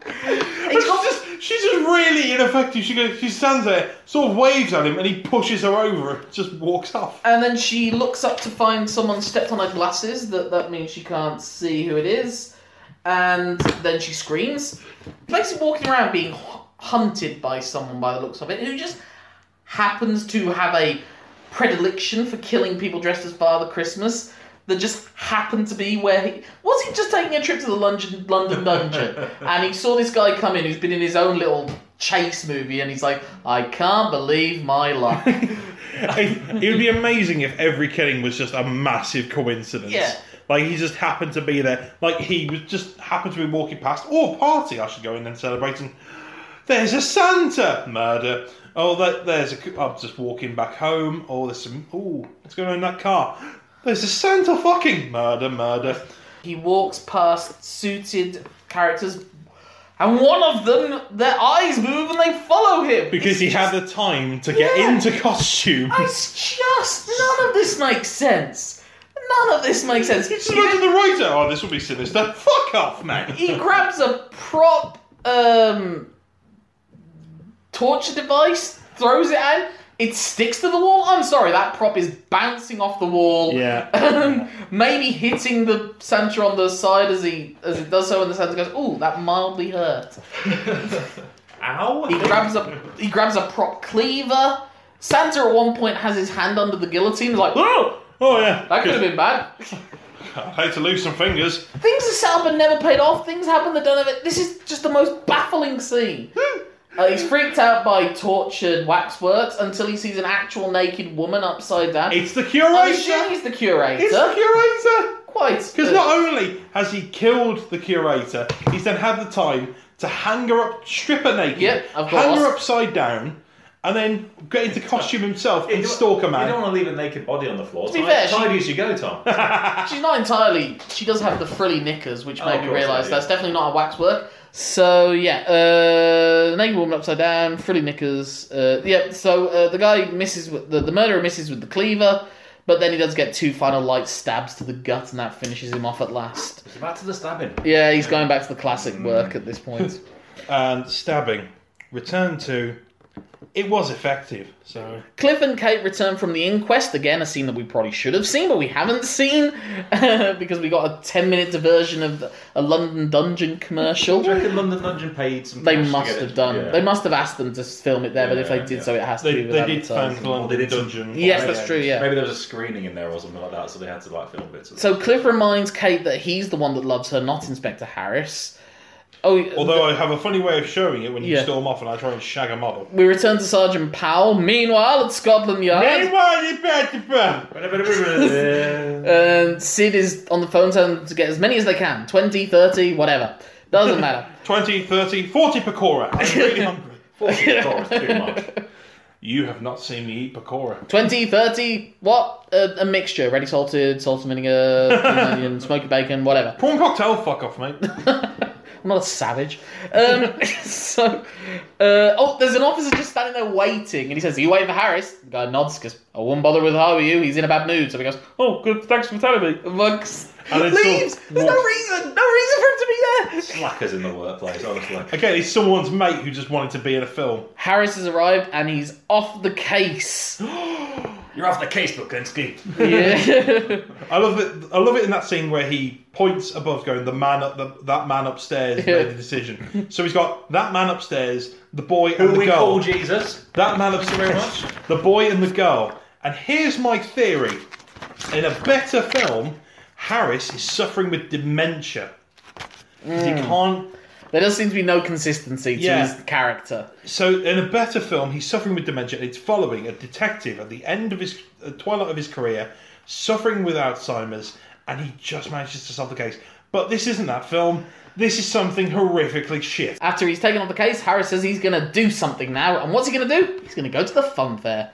S3: And she's just she's just really ineffective. She goes, she stands there, sort of waves at him, and he pushes her over and just walks off.
S1: And then she looks up to find someone stepped on her glasses. That that means she can't see who it is. And then she screams. Basically, walking around being hu- hunted by someone by the looks of it, who just happens to have a predilection for killing people dressed as Father Christmas. That just happened to be where he was. He just taking a trip to the London London dungeon, and he saw this guy come in who's been in his own little chase movie, and he's like, "I can't believe my luck."
S3: it, it would be amazing if every killing was just a massive coincidence.
S1: Yeah.
S3: Like he just happened to be there. Like he was just happened to be walking past or party. I should go in and celebrate. And there's a Santa murder. Oh, there, there's a. I'm just walking back home. Oh, there's some. Oh, what's going on in that car? There's a Santa fucking murder, murder.
S1: He walks past suited characters, and one of them, their eyes move and they follow him.
S3: Because he had the time to get
S1: Yeah.
S3: into costume.
S1: It's just none of this makes sense. None of this makes sense.
S3: Just imagine the writer. Oh, this will be sinister. Fuck off, man.
S1: He grabs a prop um, torture device, throws it at him. It sticks to the wall. I'm sorry, that prop is bouncing off the wall. Um, maybe hitting the Santa on the side as he as it does so, and the Santa goes, "Ooh, that mildly hurt."
S2: Ow!
S1: He grabs a he grabs a prop cleaver. Santa at one point has his hand under the guillotine. He's like, "Whoa,
S3: Oh yeah.
S1: that could have been bad."
S3: I'd hate to lose some fingers.
S1: Things are set up and never paid off. Things happen that don't have it. This is just the most baffling scene. Uh, he's freaked out by tortured waxworks until he sees an actual naked woman upside down.
S3: It's the
S1: I'm
S3: curator.
S1: assuming he's the curator.
S3: It's the curator.
S1: Quite.
S3: Because not only has he killed the curator, he's then had the time to hang her up, strip her naked,
S1: Yep, of
S3: hang her
S1: course.
S3: upside down, and then get into costume himself
S2: You
S3: and
S2: don't-
S3: stalk a man.
S2: You don't want to leave a naked body on the floor.
S1: To be
S2: Ti-
S1: fair, she-
S2: tidy as you go, Tom.
S1: She's not entirely. She does have the frilly knickers, which
S2: Oh,
S1: made
S2: of
S1: me
S2: course,
S1: realise
S2: yeah.
S1: that's definitely not a waxwork. So yeah, uh, naked woman upside down, frilly knickers. Uh, yeah, so uh, the guy misses with the, the murderer misses with the cleaver, but then he does get two final light stabs to the gut, and that finishes him off at last.
S2: Back to the stabbing.
S1: Yeah, he's going back to the classic
S2: Hmm.
S1: work at this point.
S3: And stabbing. Return to. It was effective, so.
S1: Cliff and Kate return from the inquest again, a scene that we probably should have seen, but we haven't seen because we got a ten-minute diversion of the- a London dungeon commercial.
S2: Do you reckon London Dungeon paid some?
S1: They
S2: cash to
S1: must
S2: get it?
S1: have done.
S2: Yeah.
S1: They must have asked them to film it there, but if they
S2: Yeah,
S1: did,
S2: yeah.
S1: so it has to
S3: They,
S1: be.
S3: they
S1: with
S3: did
S1: advertising.
S3: thank the London
S2: did some-
S3: Dungeon.
S1: Yes,
S3: by
S1: that's
S3: the
S1: true.
S3: end.
S1: Yeah.
S2: Maybe there was a screening in there or something like that, so they had to like film bits. Of it.
S1: So Cliff reminds Kate that he's the one that loves her, not Inspector Harris. Oh,
S3: Although I have a funny way of showing it when you
S1: Yeah.
S3: storm off and I try and shag a model.
S1: we return to Sergeant Powell. Meanwhile, at Scotland Yard.
S3: Meanwhile, you better burn.
S1: And um, Sid is on the phone telling them to get as many as they can 20, 30, whatever. Doesn't matter.
S3: 20, 30, 40 pakora. I'm really hungry.
S2: Forty-four is too much.
S3: You have not seen me eat pakora.
S1: 20, 30, what? A, a mixture. Ready salted, salt and vinegar, green onion, smoky bacon, whatever.
S3: Prawn cocktail, fuck off, mate.
S1: I'm not a savage. Um, so, uh, oh, there's an officer just standing there waiting, and he says, "Are you waiting for Harris?" The guy nods because I won't bother with how are you. He's in a bad mood, so he goes, "Oh, good, thanks for telling me." And Mugs
S3: And it's
S1: leaves.
S3: all-
S1: There's no reason, no reason for him to be there.
S2: Slackers in the workplace, honestly.
S3: Again, it's someone's mate who just wanted to be in a film.
S1: Harris has arrived, and he's off the case.
S2: You're off the case, Bukinski.
S1: Yeah.
S3: I love it. I love it in that scene where he points above, going, "The man up, the, that man upstairs made the decision." So he's got that man upstairs, the boy
S2: Who
S3: and the
S2: we
S3: girl.
S2: call Jesus.
S3: That man upstairs,
S2: very much.
S3: the boy and the girl. And here's my theory: in a better film, Harris is suffering with dementia. 'Cause
S2: Mm.
S3: He can't
S1: there does seem to be no consistency to
S3: Yeah.
S1: his character.
S3: So in a better film, he's suffering with dementia. and It's following a detective at the end of his uh, twilight of his career, suffering with Alzheimer's, and he just manages to solve the case. But this isn't that film. This is something horrifically shit.
S1: After he's taken off the case, Harris says he's going to do something now. And what's he going to do? He's going to go to the fun fair.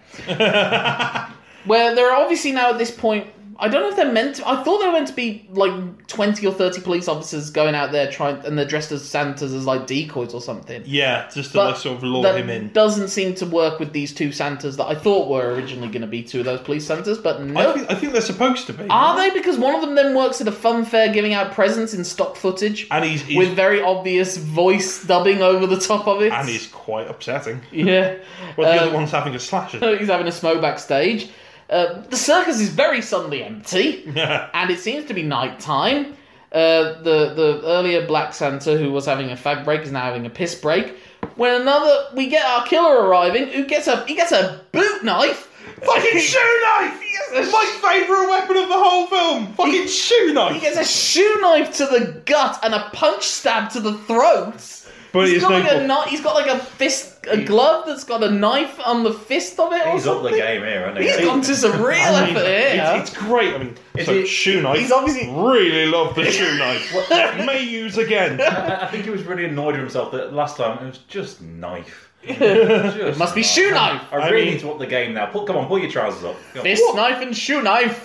S1: Where there are obviously now at this point, I don't know if they're meant to. I thought they were meant to be like 20 or 30 police officers going out there trying. And they're dressed as Santas as like decoys or something.
S3: Yeah, just to
S1: But
S3: like, sort of lure
S1: that
S3: him in.
S1: doesn't seem to work with these two Santas that I thought were originally going to be two of those police Santas, but
S3: I
S1: no.
S3: think, I think they're supposed to be.
S1: Are they? Because one of them then works at a fun fair giving out presents in stock footage
S3: and he's, he's
S1: with very obvious voice dubbing over the top of it.
S3: and he's quite upsetting.
S1: yeah.
S3: Well, the
S1: Um,
S3: other one's having a slasher.
S1: he's having a smoke backstage. Uh, the circus is very suddenly empty, and it seems to be night time. Uh, the the earlier Black Santa who was having a fag break is now having a piss break. When another we get our killer arriving, who gets a he gets a boot knife, fucking shoe knife. He gets a
S3: My favourite weapon of the whole film, fucking shoe knife.
S1: He gets a shoe knife to the gut and a punch stab to the throat.
S3: But
S1: he's
S3: it's
S1: got
S3: no
S1: like a
S3: good.
S1: kni- he's got like a fist, a glove that's got a knife on the fist of it. or
S2: He's up the
S1: something.
S2: game here, isn't he?
S1: He's gone to some real
S3: I mean,
S1: effort here.
S3: It's, it's great. I mean, so
S2: it-
S3: shoe knife.
S1: he's obviously-
S3: really love the shoe knife. May use again.
S2: I I think he was really annoyed with himself that last time it was just knife. it
S1: Must be shoe knife.
S2: I
S3: I
S2: really
S3: mean-
S2: need to up the game now. Pull, come on, pull your trousers up. Go on.
S1: Fist knife and shoe knife.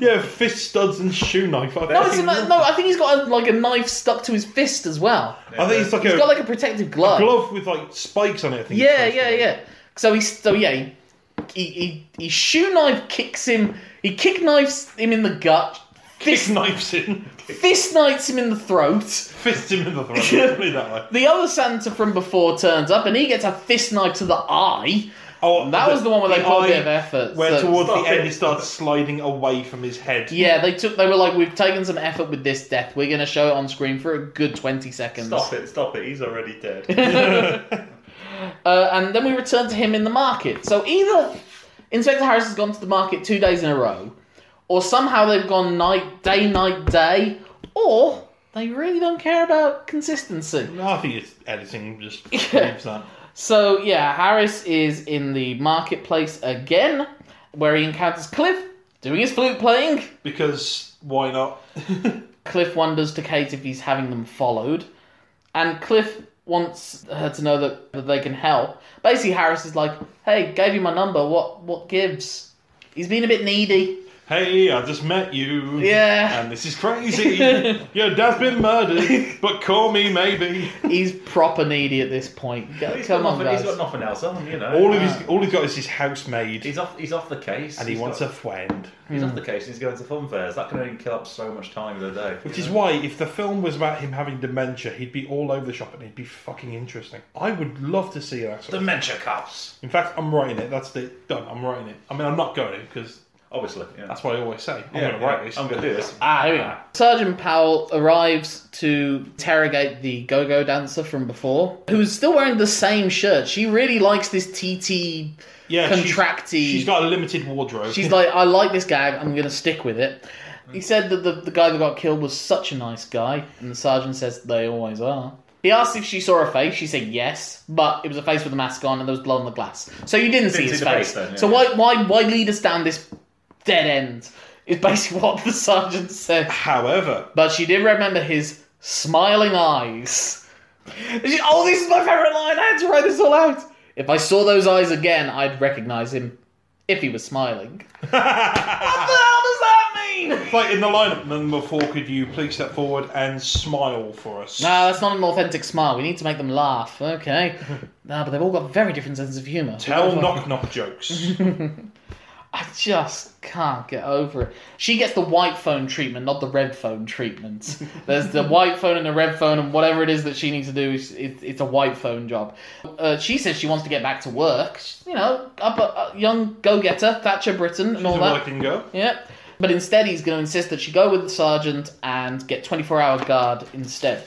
S3: Yeah, fist studs and shoe knife. I
S1: No,
S3: think-
S1: it's not, no, I think he's got a, like a knife stuck to his fist as well.
S3: I think it's like
S1: He's
S3: a
S1: got like a protective glove.
S3: glove with like spikes on it. I think
S1: Yeah,
S3: it's supposed
S1: yeah,
S3: to be.
S1: yeah. So he, so yeah, he, he, he, he shoe knife kicks him. He kick knives him in the gut.
S3: Kick
S1: Fist,
S3: knives in,
S1: fist knives him in the throat.
S3: fist him in the throat. Definitely that way.
S1: The other Santa from before turns up, and he gets a fist knife to the eye.
S3: Oh,
S1: And that was the one where they put a bit of
S3: eye
S1: effort.
S3: Where
S1: so-
S3: towards
S2: Stop
S3: the end
S2: it.
S3: it starts sliding away from his head.
S1: Yeah, they took. They were like, "We've taken some effort with this death. We're going to show it on screen for a good twenty seconds."
S2: Stop it, stop it. He's already dead.
S1: Uh, and then we return to him in the market. So either Inspector Harris has gone to the market two days in a row, or somehow they've gone night, day, night, day, or they really don't care about consistency.
S3: No, I think it's editing just leaves that.
S1: So yeah, Harris is in the marketplace again, where he encounters Cliff doing his flute playing.
S3: Because why not?
S1: Cliff wonders to Kate if he's having them followed, and Cliff wants her to know that, that they can help. Basically, Harris is like, "Hey, gave you my number. What what gives?" He's been a bit needy.
S3: hey, I just met you.
S1: Yeah,
S3: And this is crazy. Your dad's been murdered, but call me maybe.
S1: he's proper needy at this point. Go-
S2: He's
S1: Come
S2: got
S1: on,
S2: nothing, he's
S1: guys.
S2: got nothing else on, you know.
S3: All of his, all he's got is his house made,
S2: He's off. He's off the case,
S3: and he
S2: He's
S3: wants a
S2: got-
S3: friend.
S2: He's
S1: Hmm.
S2: off the case. and He's going to fun fairs. That can only kill up so much time in a day.
S3: Which is why, if the film was about him having dementia, he'd be all over the shop and he'd be fucking interesting. I would love to see that. Sort of.
S2: dementia cops.
S3: In fact, I'm writing it. That's it. Done. I'm writing it. I mean, I'm not going because
S2: Obviously, yeah.
S3: that's what I always say. I'm
S2: Yeah,
S3: going to write
S2: yeah,
S3: this.
S2: I'm going to do this.
S1: Ah, here we go. Sergeant Powell arrives to interrogate the go-go dancer from before, who's still wearing the same shirt. She really likes this TT
S3: yeah, she's-
S1: contracty.
S3: she's got a limited wardrobe.
S1: She's like, I like this gag, I'm going to stick with it. He said that the, the guy that got killed was such a nice guy, and the sergeant says they always are. He asked if she saw a face, she said yes, but it was a face with a mask on and there was blood on the glass. So you didn't, see
S2: see
S1: his
S2: the
S1: face.
S2: face then, yeah.
S1: So why, why, why lead us down this dead end? Is basically what the sergeant said.
S3: However,
S1: But she did remember his smiling eyes. She- oh, this is my favourite line, I had to write this all out. If I saw those eyes again, I'd recognise him if he was smiling. What the hell does that mean? Halloween!
S3: It's like in the lineup, number four, could you please step forward and smile for us?
S1: No, that's not an authentic smile. We need to make them laugh. Okay. no, but they've all got very different senses of humour.
S3: Tell knock knock jokes.
S1: I just can't get over it. She gets the white phone treatment, not the red phone treatment. There's the white phone and the red phone, and whatever it is that she needs to do, is it, it's a white phone job. Uh, she says she wants to get back to work. She's, you know, up a, a young go getter, Thatcher Britain, and all
S3: She's a
S1: that.
S3: working girl.
S1: Yep. But instead, he's going to insist that she go with the sergeant and get 24 hour guard instead.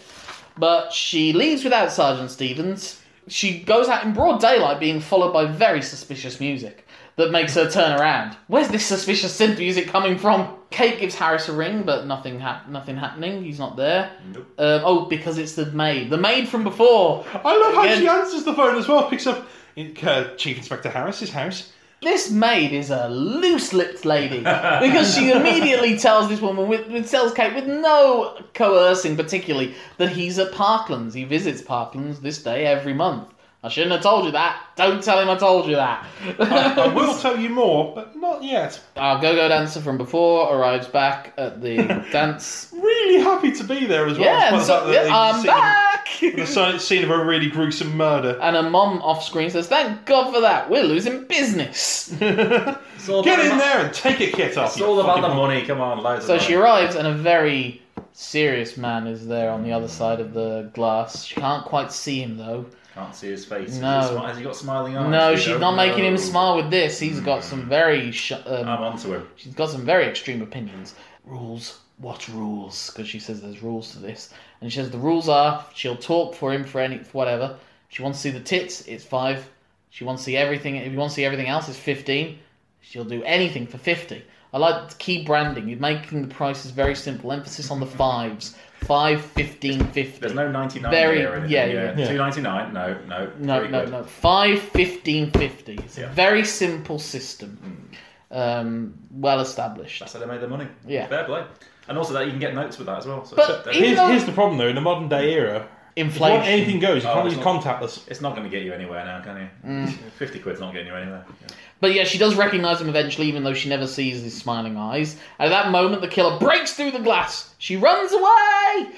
S1: But she leaves without Sergeant Stevens. She goes out in broad daylight, being followed by very suspicious music that makes her turn around. Where's this suspicious synth music coming from? Kate gives Harris a ring, but nothing, hap- nothing happening. He's not there.
S2: Nope.
S1: Um, oh, because it's the maid. The maid from before.
S3: I love how
S1: Again.
S3: she answers the phone as well, picks up uh, Chief Inspector Harris, his house.
S1: This maid is a loose-lipped lady because she immediately tells this woman, with, with tells Kate with no coercing particularly, that he's at Parklands. He visits Parklands this day every month. I shouldn't have told you that. Don't tell him I told you that.
S3: I, I will tell you more, but not yet.
S1: Our go-go dancer from before arrives back at the dance.
S3: Really happy to be there as well.
S1: Yeah, and
S3: despite the
S1: so,
S3: fact that
S1: yeah,
S3: they've
S1: I'm
S3: seen him-
S1: back.
S3: The si- scene of a really gruesome murder.
S1: and her mom off screen says, "Thank God for that. We're losing business."
S2: It's all
S3: Get
S2: about
S3: in
S2: the-
S3: there and take a kit off.
S2: It's
S3: you
S2: all about the
S3: fucking-
S2: money. Come on, loads
S1: So
S2: of
S1: she
S2: money.
S1: arrives, and a very serious man is there on the other side of the glass. She can't quite see him though.
S2: Can't see his face.
S1: No.
S2: Is he smi- Has he got smiling eyes?
S1: no,
S2: We
S1: she's
S2: don't
S1: not making him
S2: know.
S1: smile with this. He's got some very sh- um,
S2: I'm onto him.
S1: she's got some very extreme opinions. Rules. What rules? Because she says there's rules to this, and she says the rules are she'll talk for him for any for whatever. She wants to see the tits. It's five. She wants to see everything. If you want to see everything else, it's fifteen. She'll do anything for fifty. I like the key branding. You're making the prices very simple. Emphasis on the fives. Five, fifteen, fifty.
S2: There's no 99
S1: Very-
S2: here or anything.
S1: yeah,
S2: Yeah,
S1: yeah.
S3: Yeah.
S2: 299. No, no.
S1: No,
S2: very
S1: no,
S2: good.
S1: no. Five, fifteen, fifty. It's a
S2: Yeah. Mm.
S1: very simple system. Um, well established.
S2: That's how they made their money.
S1: Yeah.
S2: Fair play. And also that you can get notes with that as well. So
S1: But
S2: it's-
S1: even
S3: Here's,
S1: though-
S3: here's the problem though, in the modern day era, if you
S1: Inflation.
S3: want anything goes. You
S2: Oh,
S3: can't
S2: it's
S3: use
S2: not-
S3: contactless.
S2: it's not going to get you anywhere now, can you?
S1: Mm.
S2: 50 quid's not getting you anywhere.
S1: But yeah, she does recognize him eventually, even though she never sees his smiling eyes. At that moment, the killer breaks through the glass. She runs away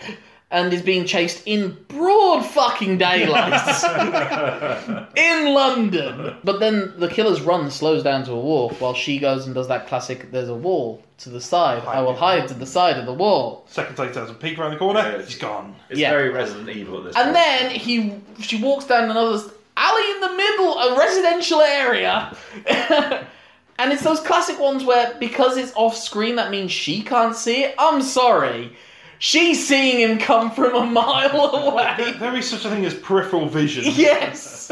S1: and is being chased in broad fucking daylight in London. But then the killer's run slows down to a walk while she goes and does that classic there's a wall to the side. I will hide to the side of the wall.
S3: Second take does a peek around the corner.
S2: Yeah, it's-
S3: he's gone.
S2: It's
S1: Yeah.
S2: very Resident Evil at this
S1: And
S2: point.
S1: then he, she walks down another s- alley in the middle, a residential area. and it's those classic ones where because it's off screen, that means she can't see it. I'm sorry. She's seeing him come from a mile away.
S3: There is such a thing as peripheral vision.
S1: yes.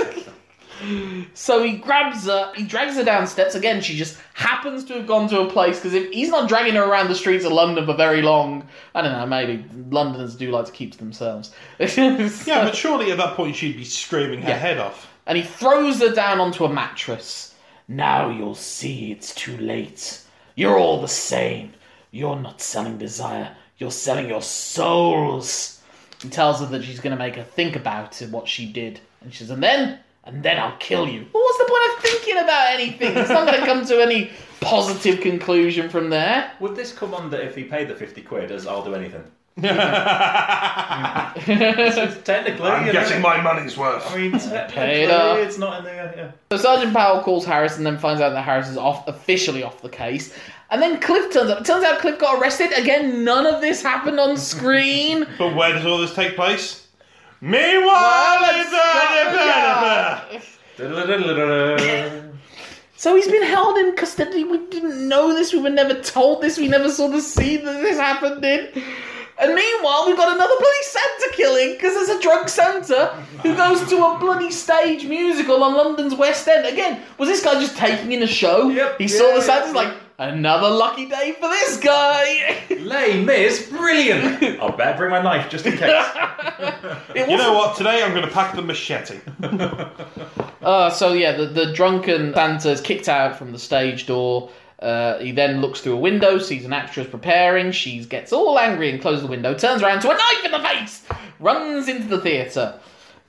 S1: So he grabs her, he drags her down steps again. She just happens to have gone to a place because if he's not dragging her around the streets of London for very long, I don't know. Maybe Londoners do like to keep to themselves.
S3: Yeah, but surely at that point she'd be screaming her
S1: Yeah.
S3: head off.
S1: and he throws her down onto a mattress. Now you'll see it's too late. You're all the same. You're not selling desire, you're selling your souls. He tells her that she's going to make her think about it, what she did. And she says, and then, and then I'll kill you. Well, what's the point of thinking about anything? It's not going to come to any positive conclusion from there.
S2: Would this come under if he paid the 50 quid as I'll do anything? Mm. Technically,
S3: I'm
S2: you
S3: getting
S2: know,
S3: my money's worth.
S2: I mean, technically,
S1: Paid off.
S2: it's not in the. Yeah.
S1: So Sergeant Powell calls Harris and then finds out that Harris is off officially off the case. And then Cliff turns up. It turns out Cliff got arrested. Again, none of this happened on screen.
S3: But where does all this take place? Meanwhile, in Burnaby.
S2: Da-da-da-da-da-da.
S1: so he's been held in custody. We didn't know this. We were never told this. We never saw the scene that this happened in. And meanwhile, we've got another bloody Santa killing because there's a drunk Santa who goes to a bloody stage musical on London's West End. Again, was this guy just taking in a show?
S2: Yep.
S1: He saw
S2: Yeah,
S1: the
S2: yeah,
S1: Santa's
S2: yeah.
S1: like, another lucky day for this guy.
S2: Les Mis, brilliant! I better bring my knife just in case.
S1: It
S3: You
S1: wasn't-
S3: know what? Today I'm going to pack the machete.
S1: Uh, so yeah, the, the drunken Santa is kicked out from the stage door. Uh, he then looks through a window, sees an actress preparing. She gets all angry and closes the window, turns around to a knife in the face, runs into the theatre.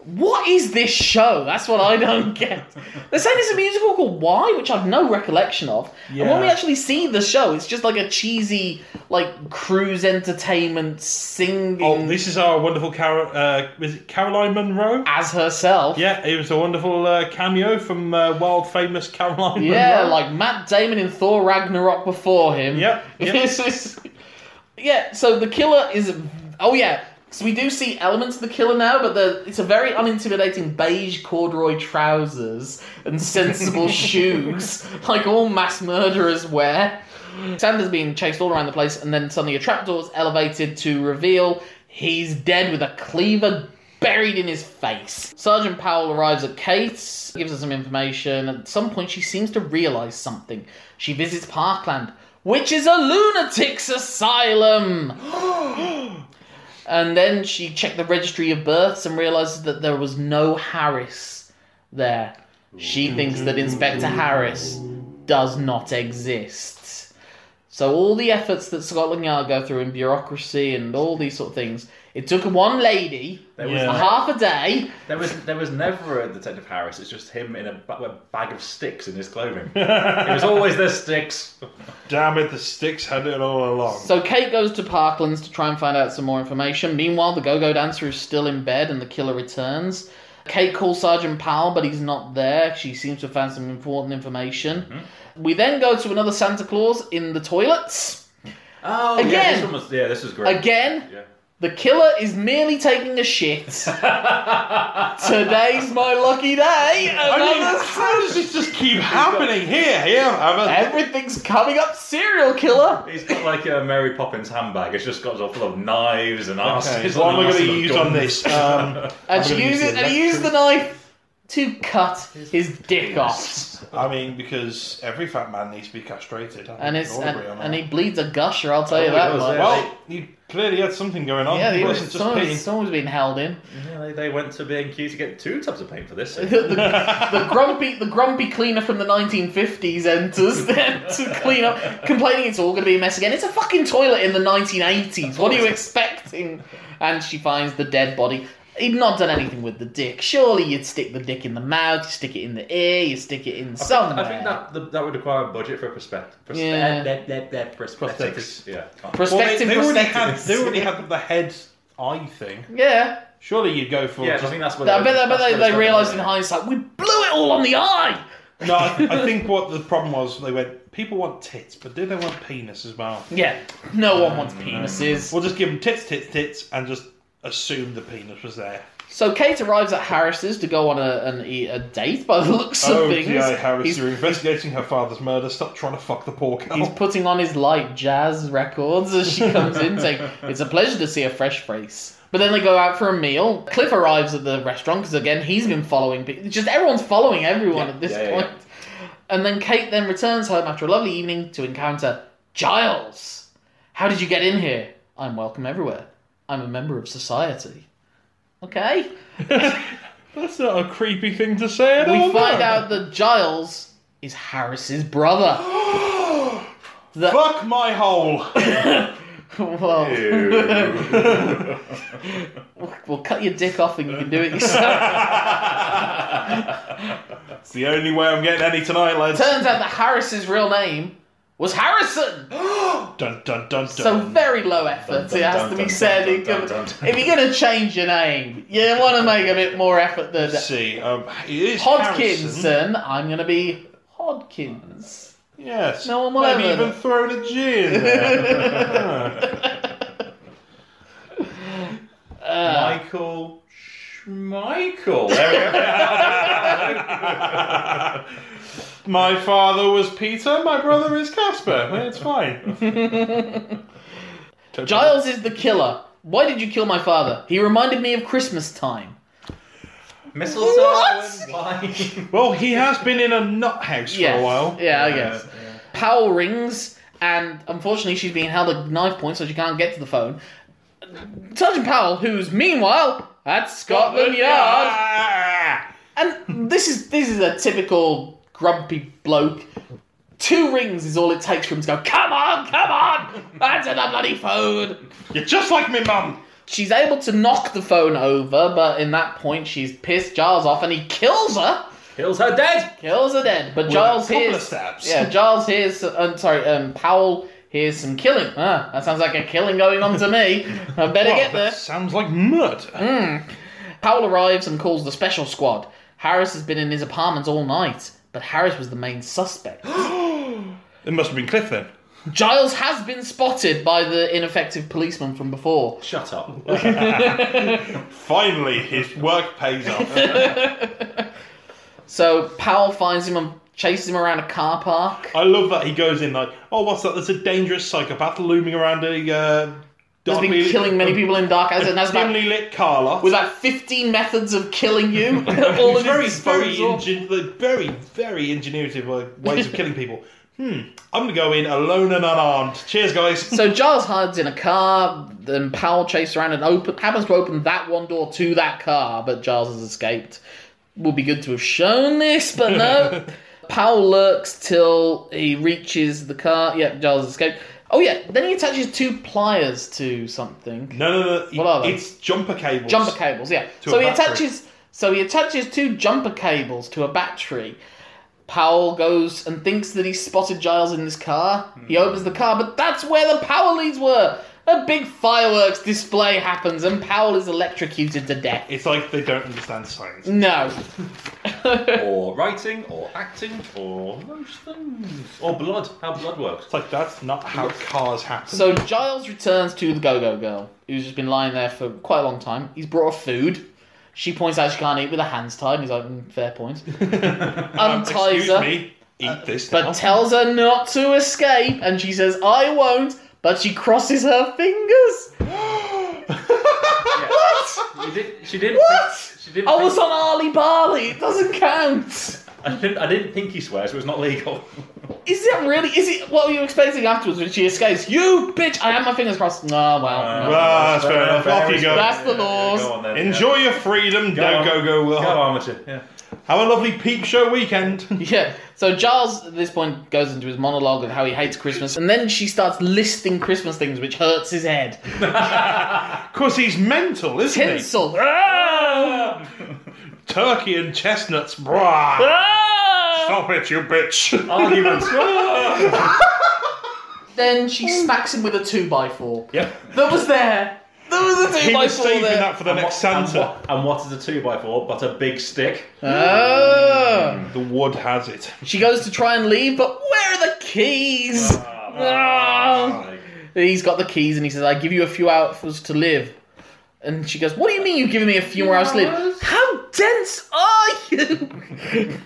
S1: What is this show? That's what I don't get. They're saying it's a musical called Why, which I've no recollection of. And when we
S3: Yeah.
S1: actually see the show, it's just like a cheesy, like cruise entertainment singing
S3: Oh, this is our wonderful Car- uh, was it Caroline Monroe?
S1: as herself.
S3: Yeah, it was a wonderful uh, cameo from uh, world famous Caroline
S1: Yeah,
S3: Munro.
S1: like Matt Damon in Thor Ragnarok before him.
S3: Yep, yep.
S1: It's just- yeah, so the killer is. Oh, yeah. So we do see elements of the killer now, but the, it's a very unintimidating beige corduroy trousers and sensible shoes, like all mass murderers wear. Sanders being chased all around the place, and then suddenly a trapdoor is elevated to reveal he's dead with a cleaver buried in his face. Sergeant Powell arrives at Kate's, gives her some information. At some point, she seems to realize something. She visits Parkland, which is a lunatic's asylum. and then she checked the registry of births and realizes that there was no Harris there. She thinks that Inspector Harris does not exist. So all the efforts that Scotland Yard go through in bureaucracy and all these sort of things, it took one lady
S2: There
S3: Yeah.
S2: was,
S1: half a day.
S2: there was there was never a Detective Harris. It's just him in a, ba- a bag of sticks in his clothing. it was always there's sticks.
S3: Damn it, the sticks had it all along.
S1: So Kate goes to Parklands to try and find out some more information. Meanwhile, the go-go dancer is still in bed and the killer returns. Kate calls Sergeant Powell, but he's not there. She seems to have found some important information.
S3: Mm-hmm.
S1: We then go to another Santa Claus in the toilets.
S2: Oh, yeah,
S1: Again.
S2: this one was yeah, this was great.
S1: Again,
S2: Yeah.
S1: the killer is merely taking a shit. Today's my lucky day.
S3: I mean,
S1: Another-
S3: how does this just keep happening here? Yeah, have a-
S1: Everything's coming up, serial killer.
S2: He's got like a Mary Poppins handbag. It's just got all full of knives and
S3: Okay,
S2: arses.
S3: what am I going
S2: and
S3: to
S2: arsenal
S3: use
S2: guns.
S3: on this? Um, I'm
S1: And, she
S3: gonna use
S1: uses,
S3: the
S1: and he uses the knife to cut his dick off.
S3: I mean, because every fat man needs to be castrated. I
S1: and
S3: think
S1: it's
S3: we all
S1: and,
S3: agree on
S1: and
S3: that.
S1: he bleeds a gusher. I'll tell you
S2: he
S1: that.
S2: does,
S1: much.
S2: yeah.
S3: Well, you clearly had something going on.
S1: yeah,
S3: he
S1: he
S3: wasn't just
S1: someone's,
S3: peeing.
S1: someone's been held in.
S2: Yeah, they, they went to B&Q to get two tubs of paint for this.
S1: The, the- the grumpy, the grumpy cleaner from the 1950s enters then to clean up, complaining it's all going to be a mess again. It's a fucking toilet in the 1980s. What are you expecting? And she finds the dead body. He'd not done anything with the dick. Surely you'd stick the dick in the mouth, you stick it in the ear, you stick it in somewhere.
S2: I think that the, that would require a budget for a prospect.
S1: Yeah.
S2: That, that, that, prosthetics.
S3: Prosthetics.
S2: Yeah. can't-
S3: Well, they,
S1: Prospective
S3: they already had,
S1: prosthetics.
S3: they already had the head eye thing.
S1: yeah.
S3: Surely you'd go for.
S2: Yeah, I think that's what.
S1: I bet, I bet
S2: that's
S1: they,
S2: what it's
S1: they
S2: gonna
S1: realised
S2: be.
S1: in hindsight, we blew it all on the eye!
S3: no, I, I think what the problem was, they went. People want tits, but do they want penis as well?
S1: Yeah, no one wants penises.
S3: We'll just give them tits, tits, tits, and just assume the penis was there.
S1: So Kate arrives at Harris's to go on a, an, e- a date by the looks of
S3: oh,
S1: things.
S3: G.I. Harris,
S1: he's,
S3: you're investigating her father's murder. Stop trying to fuck the poor girl.
S2: Oh.
S1: he's putting on his light jazz records as she comes in, saying, It's a pleasure to see a fresh face. But then they go out for a meal. Cliff arrives at the restaurant because, again, he's been following people. Just everyone's following everyone at this
S2: yeah, yeah,
S1: point. And then Kate then returns home after a lovely evening to encounter Giles. How did you get in here? I'm welcome everywhere. I'm a member of society. Okay.
S3: That's not a creepy thing to say at
S2: Oh,
S3: all.
S1: we find
S3: no.
S1: out that Giles is Harris's brother.
S3: Fuck my hole.
S1: Well,
S2: Ew.
S1: we'll cut your dick off and you can do it yourself.
S3: It's the only way I'm getting any tonight, lads.
S1: Turns out that Harris's real name was Harrison.
S3: Dun dun dun dun.
S1: So very low effort.
S2: Dun,
S1: it has
S2: dun,
S1: to be
S2: dun,
S1: said.
S2: dun,
S1: It
S2: dun,
S1: could-
S2: dun, dun.
S1: if you're going to change your name, you want to make a bit more effort than
S3: Let's
S1: that.
S3: see. Um, it is Harrison.
S1: Hodkinson. I'm going to be Hodkins.
S3: Yes.
S1: No one will
S3: Maybe
S1: ever.
S3: even thrown a G in there.
S2: Michael Schmeichel. There we go.
S3: my father was Peter. My brother is Casper. Well, It's fine.
S1: Giles is the killer. Why did you kill my father? He reminded me of Christmas time.
S2: Mistletoe
S1: What?
S2: and wine.
S3: Well, he has been in a nut house for
S1: Yes.
S3: a while.
S1: Yeah, I guess. Powell rings, and unfortunately, she's being held at knife point, so she can't get to the phone. Sergeant Powell, who's meanwhile at Scotland Yard, and this is this is a typical grumpy bloke. Two rings is all it takes for him to go. Come on, come on, answer the bloody phone.
S3: You're just like me, mum.
S1: She's able to knock the phone over, but in that point, she's pissed Giles off and he kills her.
S2: Kills her dead.
S1: Kills are dead. But
S3: With
S1: Giles
S3: a couple
S1: hears.
S3: of stabs.
S1: Yeah, Giles hears. Um, sorry, um, Powell hears some killing. Ah, that sounds like a killing going on to me. I better
S3: Well,
S1: get
S3: that
S1: there. Hmm?
S3: sounds like murder.
S1: Powell arrives and calls the special squad. Harris has been in his apartment all night, but Harris was the main suspect.
S3: It must have been Cliff then.
S1: Giles has been spotted by the ineffective policeman from before.
S2: Shut up.
S3: Finally, his work pays off.
S1: So Powell finds him and chases him around a car park.
S3: I love that he goes in like, oh, what's that? There's a dangerous psychopath looming around a uh,
S1: He's
S3: darkly
S1: been killing many
S3: a
S1: people in dark as and has about,
S3: dimly lit car lot.
S1: with like 15 methods of killing you. all
S3: He's
S1: in
S3: very,
S1: his
S3: very,
S1: disposal.
S3: ingen- like, very, very ingenuitive like, ways of killing people. Hmm, I'm gonna go in alone and unarmed. Cheers, guys.
S1: So Giles hides in a car, then Powell chases around and open happens to open that one door to that car, but Giles has escaped. Would be good to have shown this, but no. Powell lurks till he reaches the car. Yep, Giles has escaped. Oh yeah, then he attaches two pliers to something.
S3: no, no, no.
S1: What are they?
S3: It's jumper cables.
S1: Jumper cables, yeah.
S3: To
S1: so
S3: a
S1: he
S3: battery.
S1: attaches so he attaches two jumper cables to a battery. Powell goes and thinks that he's spotted Giles in this car. He
S3: Hmm.
S1: opens the car, but that's where the power leads were. A big fireworks display happens and Powell is electrocuted to death.
S3: It's like they don't understand science.
S1: No.
S2: or writing, or acting, or most things. Or blood. How blood works.
S3: It's like that's not how cars happen.
S1: So Giles returns to the go-go girl, who's just been lying there for quite a long time. He's brought her food. She points out she can't eat with her hands tied, and he's like, "Mm, fair point. Unties
S3: Um, Excuse
S1: her.
S3: me. Eat this.
S1: Uh, but
S3: now.
S1: tells her not to escape, and she says, "I won't." But she crosses her fingers. what?
S2: You did, she didn't.
S1: What?
S2: She didn't
S1: I was
S2: pinky-
S1: on Ali Bali. It doesn't count.
S2: I didn't, I didn't pinky swear, so it's not legal.
S1: Is that really? Is it? What were you expecting afterwards when she escapes? You bitch! I had my fingers crossed. No, well, no.
S3: well, Ah, that's fair enough. Off you go.
S1: That's the laws.
S2: Go on then, yeah.
S3: Enjoy your freedom. don't
S2: on.
S3: go go.
S2: Go
S3: Will.
S2: on with it. Yeah.
S3: Have a lovely peep show weekend.
S1: Yeah. So Giles, at this point, goes into his monologue of how he hates Christmas, and then she starts listing Christmas things, which hurts his head.
S3: Cause he's mental, isn't
S1: Tinsel. Ah!
S3: he? Turkey and chestnuts, brah.
S1: Ah!
S3: Stop it, you bitch.
S2: Arguments.
S1: Then she smacks him with a two by four.
S2: yep.
S1: That was there. That was a two
S3: he
S1: by
S3: was
S1: four
S3: saving
S1: there.
S3: that for the next
S2: And
S3: Santa.
S2: what, and what is a two by four but a big stick?
S1: Oh.
S3: The wood has it.
S1: She goes to try and leave, but where are the keys? Ah. He's got the keys and he says, "I give you a few hours to live." And she goes, "What do you mean you're giving me a few more hours to live? How dense are you?"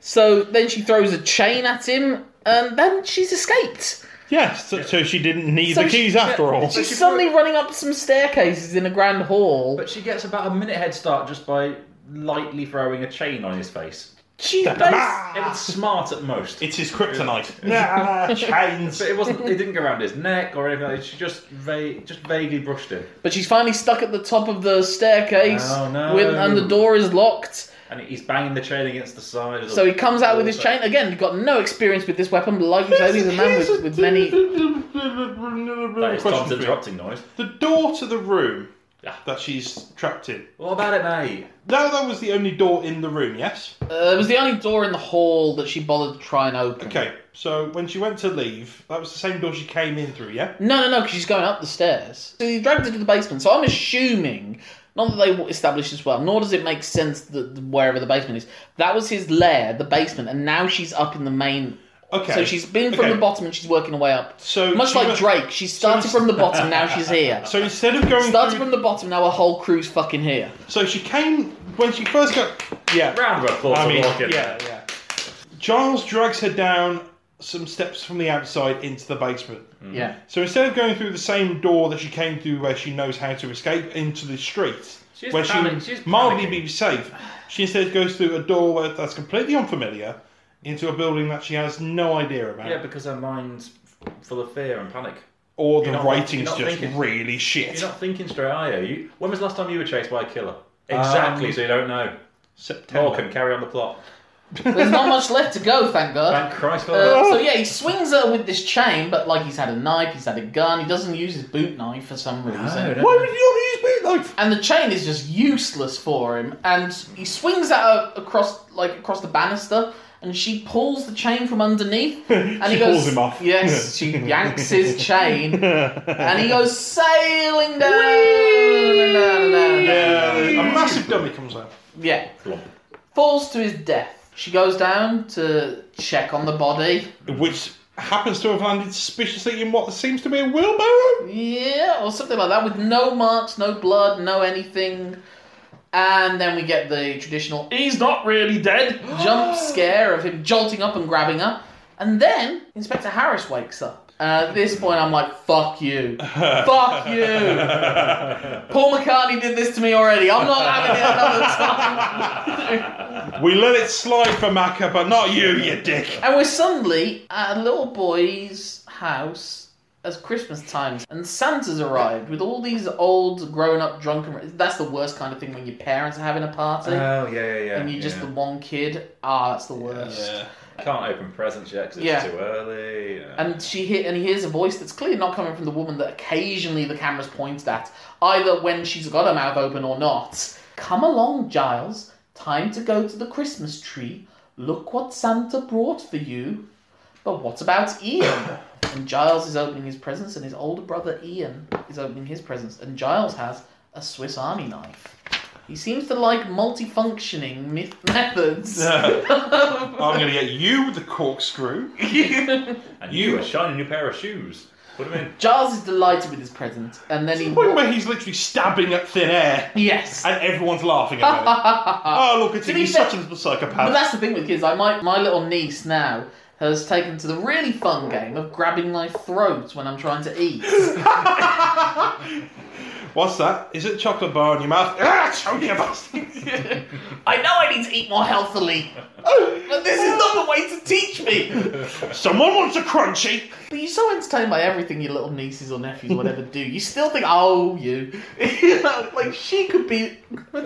S1: so then she throws a chain at him, and then she's escaped.
S3: Yes, so, so she didn't need
S1: So
S3: the
S1: she-
S3: keys after all.
S1: She's suddenly running up some staircases in a grand hall.
S2: But she gets about a minute head start just by lightly throwing a chain on his face.
S1: She bas-
S3: Ah,
S2: It was smart at most.
S3: it's his kryptonite. Ah, chains.
S2: But it wasn't. It didn't go around his neck or anything. like that. She just va- just vaguely brushed him,
S1: but she's finally stuck at the top of the staircase,
S2: Oh, no.
S1: with, and the door is locked.
S2: and he's banging the chain against the side. Of the
S1: So he comes out with his
S2: wall.
S1: chain again. He's got no experience with this weapon, but like you said, he's a man with, with many.
S2: That is Tom's
S3: Question for you.
S2: interrupting noise.
S3: The door to the room
S2: Yeah.
S3: that she's trapped in.
S2: What about it, mate?
S3: Now that was the only door in the room, yes?
S1: Uh, it was the only door in the hall that she bothered to try and open.
S3: Okay, so when she went to leave, that was the same door she came in through, yeah?
S1: No, no, no, because she's going up the stairs. So he dragged her to the basement. So I'm assuming, not that they established this well, nor does it make sense that wherever the basement is, that was his lair, the basement, and now she's up in the main.
S3: Okay.
S1: So she's been from
S3: Okay.
S1: the bottom and she's working her way up.
S3: So
S1: Much
S3: she
S1: like
S3: was-
S1: Drake, she started
S3: he's-
S1: from the bottom, now she's here.
S3: So instead of going
S1: Started
S3: through-
S1: from the bottom, now her whole crew's fucking here.
S3: So she came when she first got. Yeah.
S2: Round of applause
S3: I
S2: for
S3: mean,
S2: walking.
S3: yeah, yeah. Giles drags her down some steps from the outside into the basement.
S2: Mm.
S1: Yeah.
S3: So instead of going through the same door that she came through, where she knows how to escape into the street,
S2: She's
S3: where
S2: panic-
S3: she
S2: she's
S3: mildly
S2: panicking.
S3: be safe, she instead goes through a door where that's completely unfamiliar into a building that she has no idea about,
S2: Yeah, because her mind's f- full of fear and panic.
S3: or the
S2: You're not-
S3: writing's
S2: you're not
S3: just
S2: thinking.
S3: really shit.
S2: You're not thinking straight, are you? you? Um, When was the last time you were chased by a killer? Exactly, so you don't know.
S3: September.
S2: Talk and carry on the plot.
S1: There's not much left to go, thank God.
S2: Thank Christ for
S1: Uh,
S2: that.
S1: so yeah, he swings at her with this chain, but like he's had a knife, he's had a gun. He doesn't use his boot knife for some reason.
S2: no.
S3: Why would you not use boot knife?
S1: And the chain is just useless for him. And he swings at her across like across the banister, and she pulls the chain from underneath. And
S3: She
S1: he goes,
S3: pulls him off.
S1: Yes, she yanks his chain, and he goes sailing down. down, down, down.
S3: Yeah, a massive dummy comes out.
S1: yeah,
S2: Plump.
S1: falls to his death. She goes down to check on the body.
S3: which happens to have landed suspiciously in what seems to be a wheelbarrow.
S1: Yeah, or something like that, with no marks, no blood, no anything. And then we get the traditional "he's not really dead" jump scare of him jolting up and grabbing her. And then Inspector Harris wakes up. Uh, at this point, I'm like, "Fuck you, fuck you." Paul McCartney did this to me already. I'm not having it another time.
S3: We let it slide for Maka, but not you, you dick.
S1: and we're suddenly at a little boy's house as Christmas times, and Santa's arrived with all these old, grown-up, drunken. That's the worst kind of thing when your parents are having a party
S2: Oh yeah, yeah, yeah.
S1: and you're just
S2: yeah.
S1: the one kid. Ah, that's the worst.
S2: I can't open presents yet because it's
S1: Yeah.
S2: too early. Yeah.
S1: And she hear, and he hears a voice that's clearly not coming from the woman that occasionally the camera's pointed at, either when she's got her mouth open or not. Come along, Giles. Time to go to the Christmas tree. Look what Santa brought for you. But what about Ian? and Giles is opening his presents, and his older brother Ian is opening his presents, and Giles has a Swiss Army knife. He seems to like multifunctioning myth- methods.
S3: I'm going to get you with the corkscrew.
S2: And you, a shiny new pair of shoes. Put them in.
S1: Giles is delighted with his present, and then he.
S3: The point
S1: wa-
S3: where he's literally stabbing at thin air
S1: Yes.
S3: and everyone's laughing at him. oh, look at
S1: To
S3: him.
S1: be
S3: He's
S1: fair-
S3: such a
S1: But
S3: psychopath.
S1: that's the thing with kids. Like my my little niece now has taken to the really fun game of grabbing my throat when I'm trying to eat.
S3: What's that? Is it a chocolate bar in your mouth? Ah, choke you bastard.
S1: I know I need to eat more healthily, but this is not the way to teach me.
S3: Someone wants a crunchy.
S1: But you're so entertained by everything your little nieces or nephews, whatever, do. You still think, oh, you, You know, like she could be. They're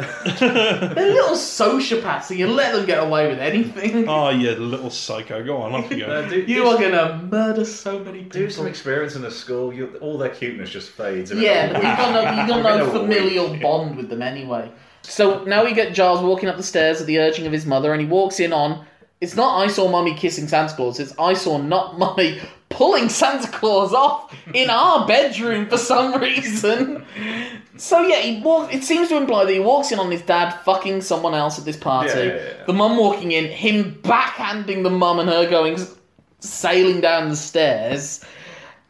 S1: little sociopaths, and you let them get away with anything.
S3: Oh, you little psycho. Go on, off you
S2: Uh,
S3: go.
S2: do,
S1: You
S2: do,
S1: are gonna murder so many
S2: do some
S1: people.
S2: experience in a school. You, all their cuteness just fades. in a
S1: Yeah, but
S2: little week.
S1: you've got no, you've got
S2: Within
S1: no
S2: a week.
S1: familial bond with them anyway. So now we get Giles walking up the stairs at the urging of his mother, and he walks in on. It's not I saw mummy kissing Santa Claus. It's I saw not mummy pulling Santa Claus off in our bedroom for some reason. So yeah, he walks. It seems to imply that he walks in on his dad fucking someone else at this party.
S2: Yeah, yeah, yeah.
S1: The mum walking in, him backhanding the mum, and her going s- sailing down the stairs,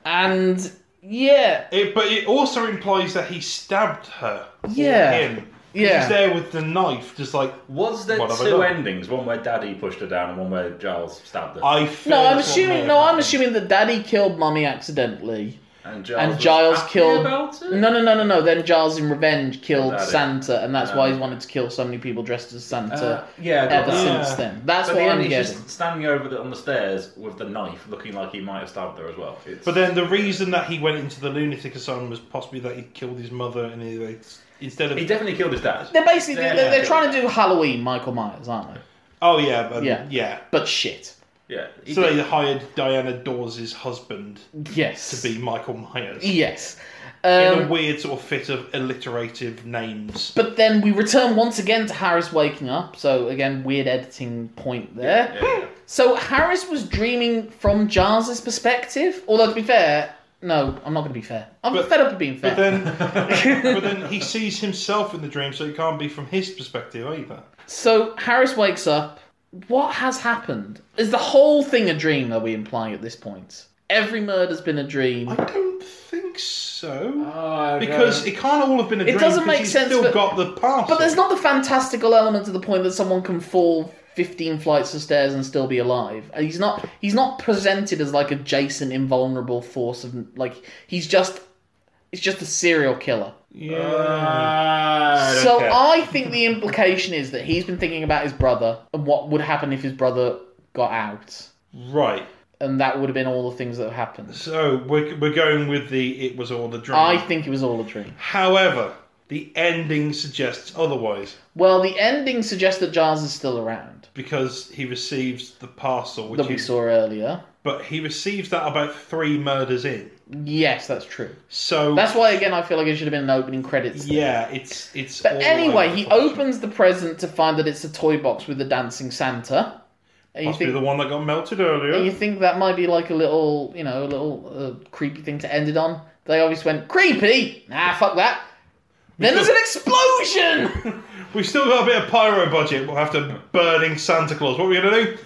S1: and yeah,
S3: It, but it also implies that he stabbed her. or
S1: Yeah.
S3: Him.
S1: Yeah.
S3: He's there with the knife, just like
S2: Was there
S3: What have I
S2: two
S3: done?
S2: endings? One where Daddy pushed her down, and one where Giles stabbed her.
S3: I. Feel
S1: No, I'm
S3: that's what may
S1: assuming.
S3: have
S1: No, I'm
S3: happened.
S1: assuming that Daddy killed Mummy accidentally,
S2: and Giles,
S1: and
S2: was
S1: Giles
S2: happy
S1: killed.
S2: About it?
S1: No, no, no, no, no. Then Giles, in revenge, killed
S2: Daddy.
S1: Santa, and that's why he's
S2: Yeah.
S1: wanted to kill so many people dressed as Santa
S2: Uh, yeah, I got
S1: ever
S2: that.
S3: Yeah.
S1: since then. That's
S2: But
S1: what
S2: then
S1: I'm
S2: he's
S1: getting.
S2: just standing over the, on the stairs with the knife, looking like he might have stabbed her as well. It's,
S3: But then the reason that he went into the lunatic asylum was possibly that he killed his mother, and he, they, instead of
S2: he definitely killed his dad.
S1: They're basically
S2: Yeah.
S1: they're, they're trying to do Halloween Michael Myers, aren't they?
S3: oh yeah, but,
S1: Yeah.
S3: yeah,
S1: But shit.
S2: Yeah, he
S3: So
S2: did-
S3: they hired Diana Dawes' husband
S1: Yes.
S3: to be Michael Myers
S1: Yes.
S3: in a
S1: Um,
S3: weird sort of fit of alliterative names.
S1: but then we return once again to Harris waking up. So again, weird editing point there.
S2: yeah, yeah.
S1: So Harris was dreaming from Giles's perspective. Although to be fair, no, I'm not going to be fair. I'm
S3: But-
S1: fed up of being fair.
S3: But then, but then he sees himself in the dream, so it can't be from his perspective either.
S1: so Harris wakes up. What has happened? Is the whole thing a dream? Are we implying at this point? Every murder's been a dream.
S3: I don't think so.
S2: Oh,
S3: because it can't all have been a dream.
S1: doesn't
S3: 'cause
S1: make
S3: he's
S1: sense,
S3: Still
S1: but-
S3: got the past.
S1: But there's not the fantastical element to the point that someone can fall 15 flights of stairs and still be alive. And He's not he's not presented as like a Jason invulnerable force of like he's just it's just a serial killer. so I think the implication is that he's been thinking about his brother and what would happen if his brother got out.
S3: Mm, Right.
S1: And that would have been all the things that have happened.
S3: So we're, we're going with the it was all a dream.
S1: I think it was all a dream.
S3: However, The ending suggests otherwise
S1: Well, the ending suggests that Giles is still around
S3: because he receives the parcel, which
S1: that we
S3: is,
S1: saw earlier.
S3: but he receives that about three murders in.
S1: Yes, that's true.
S3: So
S1: That's why again I feel like it should have been an opening credits. thing.
S3: yeah, it's it's.
S1: But
S3: all
S1: anyway,
S3: over
S1: he
S3: the place.
S1: opens the present to find that it's a toy box with a dancing Santa. And you
S3: Must be
S1: think
S3: the one that got melted
S1: and you
S3: earlier.
S1: think that might be like a little, you know, a little uh, creepy thing to end it on. They obviously went creepy. Nah, fuck that. Then there's an explosion.
S3: We've still got a bit of pyro budget. We'll have to burning Santa Claus. What are we gonna do?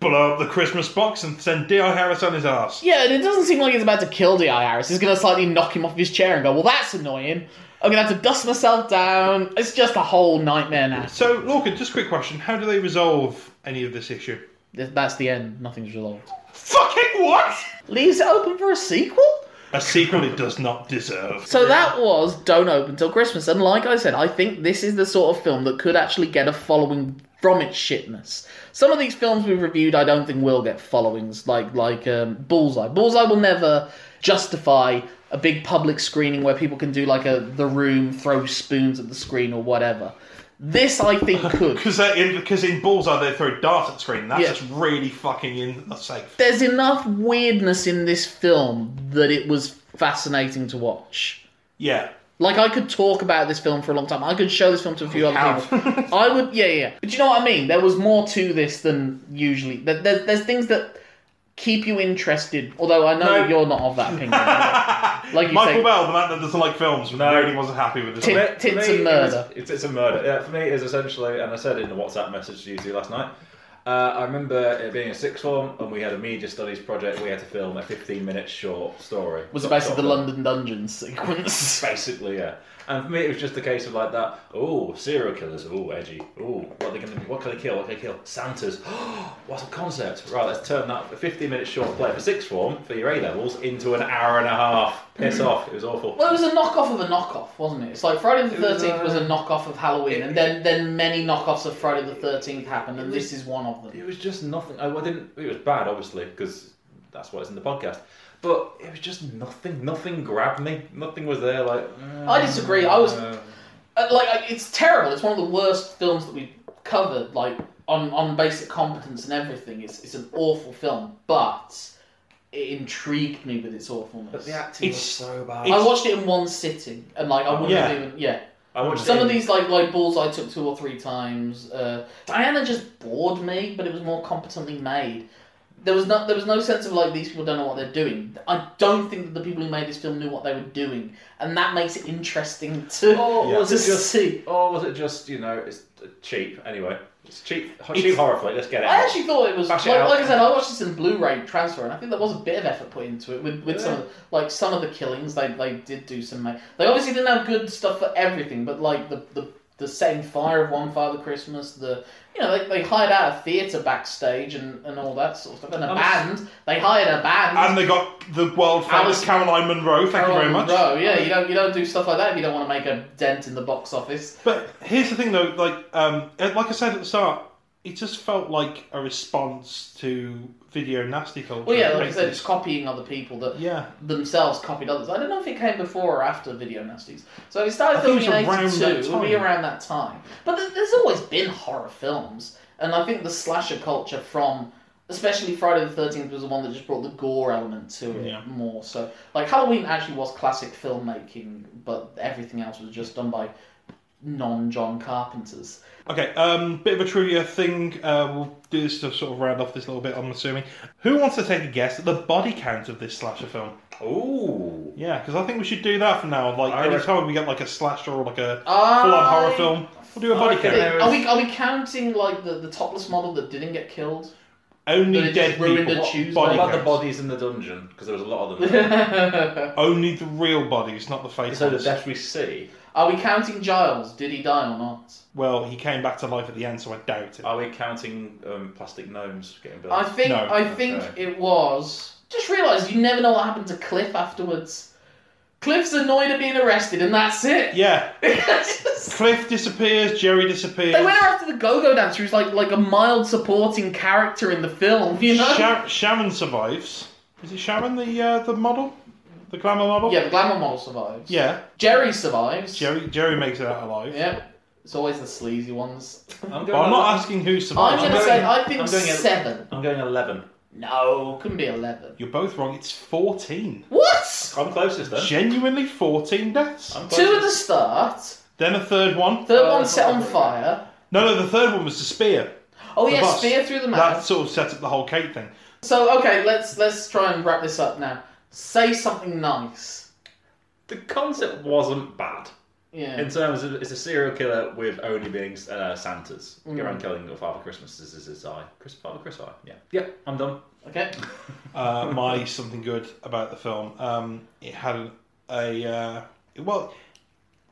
S3: Blow up the Christmas box and send D.I. Harris on his ass.
S1: yeah, and it doesn't seem like it's about to kill Di Harris. It's gonna slightly knock him off his chair and go, "Well, that's annoying. I'm gonna have to dust myself down." It's just a whole nightmare now.
S3: So, Lorcan, just a quick question: How do they resolve any of this issue?
S1: Th- That's the end. Nothing's resolved.
S3: Fucking what?
S1: Leaves it open for a sequel.
S3: A sequel it does not deserve.
S1: So that was Don't Open Till Christmas. And like I said, I think this is the sort of film that could actually get a following from its shitness. Some of these films we've reviewed, I don't think will get followings, like like um, Bullseye. Bullseye will never justify a big public screening where people can do like a the room, throw spoons at the screen or whatever. This I think could.
S3: Because in because in Bullseye they throw darts at the screen. That's
S1: Yeah.
S3: just really fucking unsafe.
S1: There's enough weirdness in this film that it was fascinating to watch.
S3: Yeah.
S1: Like I could talk about this film for a long time. I could show this film to a few other
S3: have.
S1: people. I would, yeah, yeah. But you know what I mean. There was more to this than usually. There, there, there's things that keep you interested. Although I know
S3: No.
S1: that you're not of that opinion. Like you
S3: Michael
S1: say-
S3: Bell, the man that doesn't like films, really wasn't happy with this.
S1: Tim-
S3: one.
S1: Tits and murder.
S2: It's, it's a murder. Yeah, for me, it is essentially, and I said it in the WhatsApp message to you two last night. Uh, I remember it being a sixth form, and we had a media studies project. We had to film a 15 minute short story.
S1: was
S2: Short-
S1: basically
S2: short
S1: the
S2: film.
S1: London Dungeons sequence.
S2: Basically, yeah. And for me, it was just a case of like that. Oh, serial killers. Oh, edgy. Oh, what are they gonna? What can they kill? What can they kill? Santas. what a concept. Right, let's turn that a 15-minute short play for sixth form for your A levels into an hour and a half. Piss off. It was awful.
S1: Well, it was a knockoff of a knockoff, wasn't it? It's like Friday the
S2: It was,
S1: Thirteenth was,
S2: uh,
S1: a knockoff of Halloween, and then then many knockoffs of Friday the Thirteenth happened, and this is one of them.
S2: It was just nothing. I, I didn't. It was bad, obviously, because that's what's in the podcast. But it was just nothing. Nothing grabbed me. Nothing was there. Like
S1: I disagree. I was
S2: uh,
S1: Uh, like I- it's terrible. It's one of the worst films that we've covered. Like on on basic competence and everything. It's it's an awful film, but it intrigued me with its awfulness.
S2: but the acting was
S3: It's-
S2: so bad.
S1: I watched it in one sitting, and like I wouldn't
S3: Yeah.
S1: even yeah.
S2: I watched
S1: Some
S2: it
S1: of
S2: in-
S1: these like like balls I took two or three times. Uh, Diana just bored me, but it was more competently made. There was no there was no sense of like these people don't know what they're doing. I don't think that the people who made this film knew what they were doing, and that makes it interesting to,
S2: Or
S1: to
S2: was it Oh, just-
S1: see.
S2: Or was it just you know it's cheap anyway? It's cheap. Cheap horror flick. Let's get it.
S1: I
S2: out.
S1: actually thought it was like,
S2: Bash it out.
S1: like I said, I watched this in Blu-ray transfer, and I think there was a bit of effort put into it with, with some of, like some of the killings. They they did do some. ma- They obviously didn't have good stuff for everything, but like the the, the setting fire of one Father Christmas, the you know they, they hired out a theatre backstage and, and all that sort of stuff, and a
S2: I'm s-
S1: band. They hired a band.
S3: And they got the world famous
S1: Alice-
S3: Caroline Monroe. Thank you very
S1: Carol
S3: much.
S1: Monroe. Yeah, you don't you don't do stuff like that if you don't want to make a dent in the box office.
S3: But here's the thing, though. Like, um, and like I said at the start, it just felt like a response to video nasty culture.
S1: Well, yeah, like I said, it's copying other people that
S3: Yeah.
S1: themselves copied others. I don't know if it came before or after Video Nasties. So if it started
S3: I think
S1: filming
S3: it
S1: in
S3: was around
S1: 82,
S3: that
S1: it would be
S3: time.
S1: around that time. But th- there's always been horror films, and I think the slasher culture from, especially Friday the 13th, was the one that just brought the gore element to it
S3: Yeah.
S1: more. So, like, Halloween actually was classic filmmaking, but everything else was just done by non John Carpenters.
S3: Okay, um, bit of a trivia thing. Uh, we'll do this to sort of round off this little bit. I'm assuming. Who wants to take a guess at the body count of this slasher film?
S2: Ooh.
S3: Yeah, because I think we should do that from now. on. Like
S2: I
S3: any
S2: reckon-
S3: time we get like a slasher or like a
S1: I-
S3: full-on horror film, we'll do a
S2: I
S3: body
S2: reckon
S3: count.
S2: there
S1: Are we, are we counting, like, the, the topless model that didn't get killed? But
S3: Only
S1: it just
S3: dead
S1: ruined
S3: people.
S1: the Tuesday.
S2: What
S3: Body
S2: about the
S3: counts.
S2: bodies in the dungeon? Because there was a lot of them.
S3: Only the real bodies, not the fake
S2: so the
S3: ones.
S2: death we see.
S1: Are we counting Giles? Did he die or not?
S3: Well, he came back to life at the end, so I doubt it.
S2: Are we counting um, plastic gnomes getting built?
S1: I think
S3: No.
S1: I think
S2: Uh, Okay.
S1: it was. Just realised you never know what happened to Cliff afterwards. Cliff's annoyed at being arrested, and that's it.
S3: yeah,
S1: they
S3: Cliff disappears, Jerry disappears.
S1: went after the go-go dancer, who's like like a mild supporting character in the film. You know,
S3: Sha- Sharon survives. Is it Sharon the uh, the model? The glamour model?
S1: Yeah, the glamour model survives.
S3: Yeah.
S1: Jerry survives.
S3: Jerry Jerry makes it out alive.
S1: Yep. It's always the sleazy ones.
S2: I'm
S3: But I'm not asking who
S1: I'm
S3: survives.
S1: going to
S2: going-
S1: say, I think
S2: I'm going at-
S1: seven.
S2: I'm going 11.
S1: No, couldn't be 11.
S3: You're both wrong. It's 14.
S1: What?
S2: I'm closest then.
S3: Genuinely 14 deaths.
S2: I'm
S1: Two at the
S2: closest.
S1: start,
S3: Then a third one.
S1: third
S2: Oh,
S1: one
S2: that's
S1: set
S2: not
S1: on
S2: right.
S1: fire.
S3: No, no, the third one was the spear.
S1: Oh,
S3: The
S1: yeah,
S3: bus.
S1: spear through the mouth.
S3: That sort of set up the whole Kate thing.
S1: So, okay, let's let's try and wrap this up now. Say something nice.
S2: The concept wasn't bad.
S1: Yeah.
S2: In terms of, it's a serial killer with only being uh, Santas. Go around killing your Father Christmas is is his eye. Chris, Father Chris eye. Yeah. Yep, I'm done.
S1: Okay.
S3: uh, my something good about the film. Um, it had a uh, well,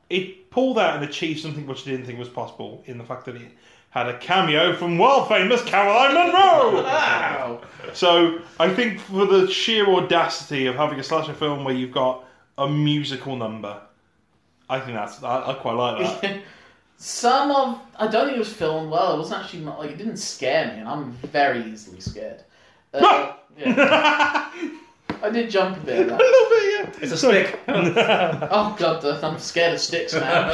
S3: it pulled out and achieved something which I didn't think was possible in the fact that it had a cameo from world famous Caroline Munro.
S1: Wow.
S3: so I think for the sheer audacity of having a slasher film where you've got a musical number, I think that's I, I quite like that.
S1: Some of I don't think it was filmed well. It wasn't actually mu- like it didn't scare me, and I'm very easily scared. Uh, yeah. I did jump a bit. At that.
S3: I love it. Yeah.
S2: It's a stick.
S1: Oh god, I'm scared of sticks now.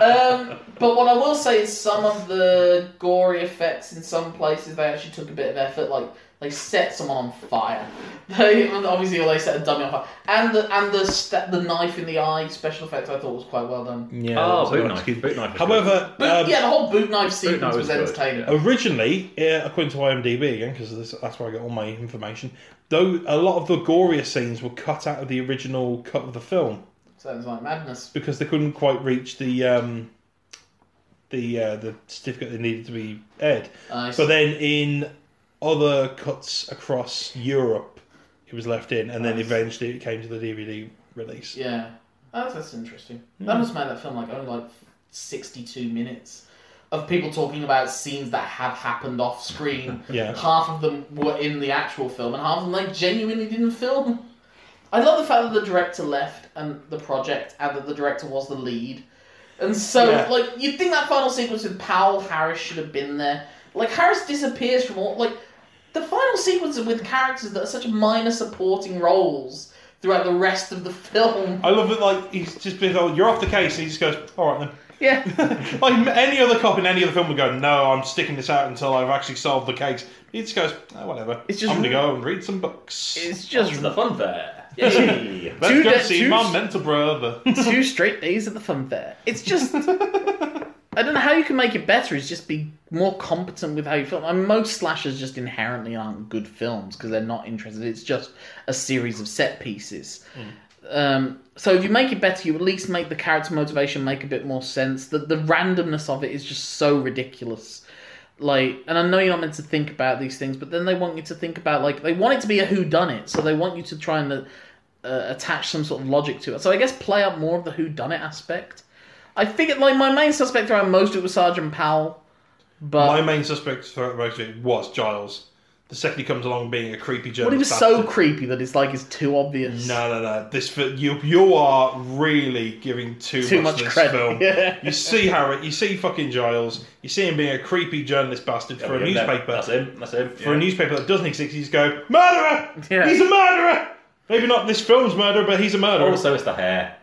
S1: um, but what I will say is some of the gory effects in some places they actually took a bit of effort. Like they set someone on fire. They obviously they set a dummy on fire, and the and the st- the knife in the eye special effect I thought was quite well done.
S3: Yeah,
S2: Oh,
S3: that was a
S2: boot
S3: good
S2: knife.
S3: excuse.
S2: Boot knife was
S3: However,
S1: But
S3: um,
S1: yeah, the whole boot knife
S2: Boot
S1: sequence
S2: knife
S1: was,
S2: was good,
S1: entertaining.
S2: yeah.
S3: Originally, uh, according to IMDb again, because that's where I get all my information. Though a lot of the gorier scenes were cut out of the original cut of the film
S1: Sounds like madness.
S3: because they couldn't quite reach the um, the uh, the certificate that needed to be aired.
S1: I
S3: But then in other cuts across Europe, it was left in, and then
S1: Nice.
S3: eventually it came to the DVD release.
S1: Yeah, oh, that's interesting. That must have made that film like only like sixty-two minutes of people talking about scenes that have happened off screen.
S3: Yeah.
S1: half of them were in the actual film, and half of them they genuinely didn't film. I love the fact that the director left and the project, and that the director was the lead. And so,
S3: Yeah.
S1: like, you'd think that final sequence with Powell Harris should have been there. Like, Harris disappears from all. Like, the final sequence with characters that are such minor supporting roles throughout the rest of the film.
S3: I love it. Like he's just been told, "You're off the case," and he just goes, "All right then."
S1: Yeah.
S3: like any other cop in any other film would go, no, I'm sticking this out until I've actually solved the case. He just goes, oh, whatever.
S1: It's just-
S3: I'm gonna go and read some books.
S1: It's
S2: Just
S1: just
S2: the fun fair. Yay.
S3: Let's
S1: two
S3: go
S1: de-
S3: see
S1: two-
S3: my mental brother.
S1: two straight days at the fun fair. It's just. I don't know how you can make it better. Is just be more competent with how you film. I mean, most slashers just inherently aren't good films because they're not interested. It's just a series of set pieces. Um, so if you make it better, you at least make the character motivation make a bit more sense. The the randomness of it is just so ridiculous. Like, and I know you're not meant to think about these things, but then they want you to think about like they want it to be a who done it, so they want you to try and uh, attach some sort of logic to it. So I guess play up more of the who done it aspect. I figured like my main suspect around most of it was Sergeant Powell, but
S3: My main suspect throughout most of it was Giles. The second he comes along, being a creepy German.
S1: but he was
S3: bastard.
S1: so creepy that it's like it's too obvious.
S3: No, no, no. This fi- you you are really giving too,
S1: Too
S3: to
S1: much
S3: this
S1: credit,
S3: film.
S1: yeah.
S3: You see Harry, you see fucking Giles, you see him being a creepy journalist bastard for a newspaper.
S2: That's him. That's him.
S3: for a newspaper that doesn't exist, you just go, murderer!
S1: Yeah.
S3: He's a murderer! Maybe not this film's murderer, but he's a murderer.
S2: Also, it's Oh, the hair.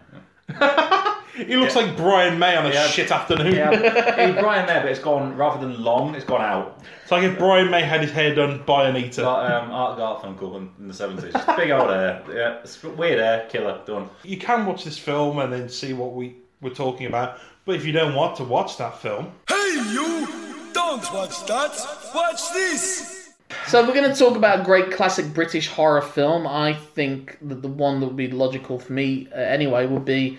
S3: he looks like Brian May on a
S2: Yeah.
S3: shit afternoon.
S2: Yeah, it's Brian there, but it's gone rather than long. It's gone out.
S3: It's like if Brian May had his hair done by an
S2: It's
S3: eater.
S2: like um, Art Garfunkel in, in the seventies. Big old hair. Yeah, it's weird hair. Killer done.
S3: you can watch this film and then see what we were talking about, but if you don't want to watch that film,
S1: So if we're going to talk about a great classic British horror film, I think that the one that would be logical for me uh, anyway would be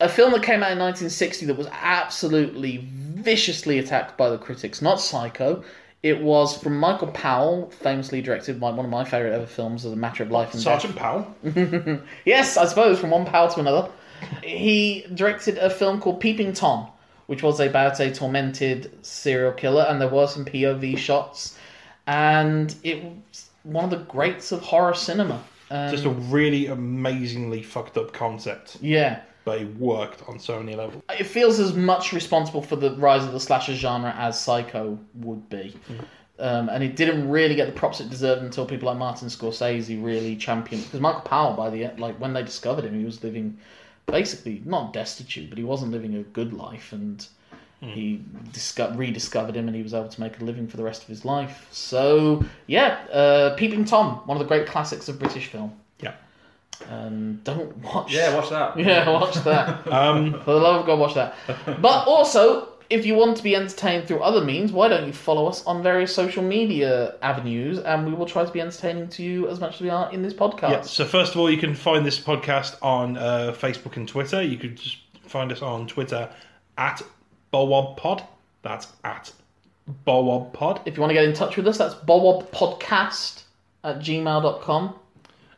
S1: a film that came out in 1960 that was absolutely viciously attacked by the critics, not Psycho. It was from Michael Powell, famously directed my, one of my favourite ever films, As a Matter of Life and Death.
S3: Sergeant Powell,
S1: Yes, I suppose, from one power to another. He directed a film called Peeping Tom, which was about a tormented serial killer, and there were some POV shots, and it was one of the greats of horror cinema. Um,
S3: just a really amazingly fucked up concept,
S1: yeah.
S3: but it worked on so many levels.
S1: It feels as much responsible for the rise of the slasher genre as Psycho would be. Um, and it didn't really get the props it deserved until people like Martin Scorsese really championed. Because Michael Powell, by the end, like when they discovered him, he was living basically not destitute, but he wasn't living a good life, and
S3: Hmm.
S1: he disco- rediscovered him, and he was able to make a living for the rest of his life. So yeah, uh, Peeping Tom, one of the great classics of British film.
S3: Yeah.
S1: Um, don't watch.
S2: Yeah, watch that.
S1: Yeah, watch that.
S3: Um,
S1: For the love of God, watch that. But also, if you want to be entertained through other means, why don't you follow us on various social media avenues and we will try to be entertaining to you as much as we are in this podcast.
S3: Yeah. So first of all, you can find this podcast on uh, Facebook and Twitter. You could just find us on Twitter at BoWobPod. That's at BoWobPod.
S1: If you want to get in touch with us, that's bobobpodcast at gmail.com.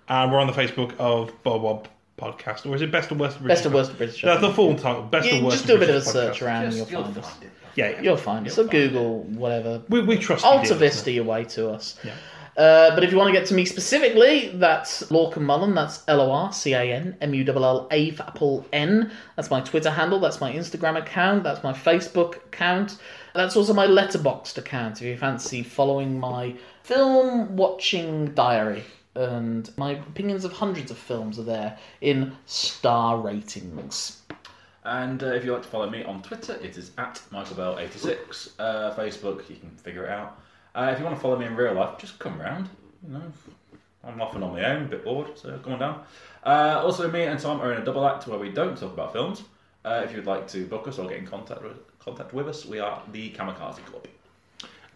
S3: And we're on the Facebook of BoWob Podcast. Or is it Best and Worst of British?
S1: Best and worst of British.
S3: That's the full title. Best
S1: Yeah,
S3: and Worst
S1: just do a bit of a
S3: British
S1: search
S3: Podcast.
S1: around
S2: Just-
S1: and you'll find us.
S2: it.
S3: Yeah, yeah.
S1: You'll find us. So Google, whatever.
S3: We, we trust you, dear
S1: Alta
S3: listener.
S1: Vista your way to us.
S3: Yeah.
S1: Uh, but if you want to get to me specifically, that's Lorcan Mullen. That's L O R C A N M U L L A for Apple N. That's my Twitter handle. That's my Instagram account. That's my Facebook account. That's also my Letterboxd account if you fancy following my film watching diary. And my opinions of hundreds of films are there in star ratings.
S2: And uh, if you'd like to follow me on Twitter, it is at MichaelBell86. Uh, Facebook, you can figure it out. Uh, if you want to follow me in real life, just come round. You know, I'm often on my own, a bit bored, so come on down. Uh, also, me and Tom are in a double act where we don't talk about films. Uh, if you'd like to book us or get in contact with, contact with us, we are the Kamikaze Club.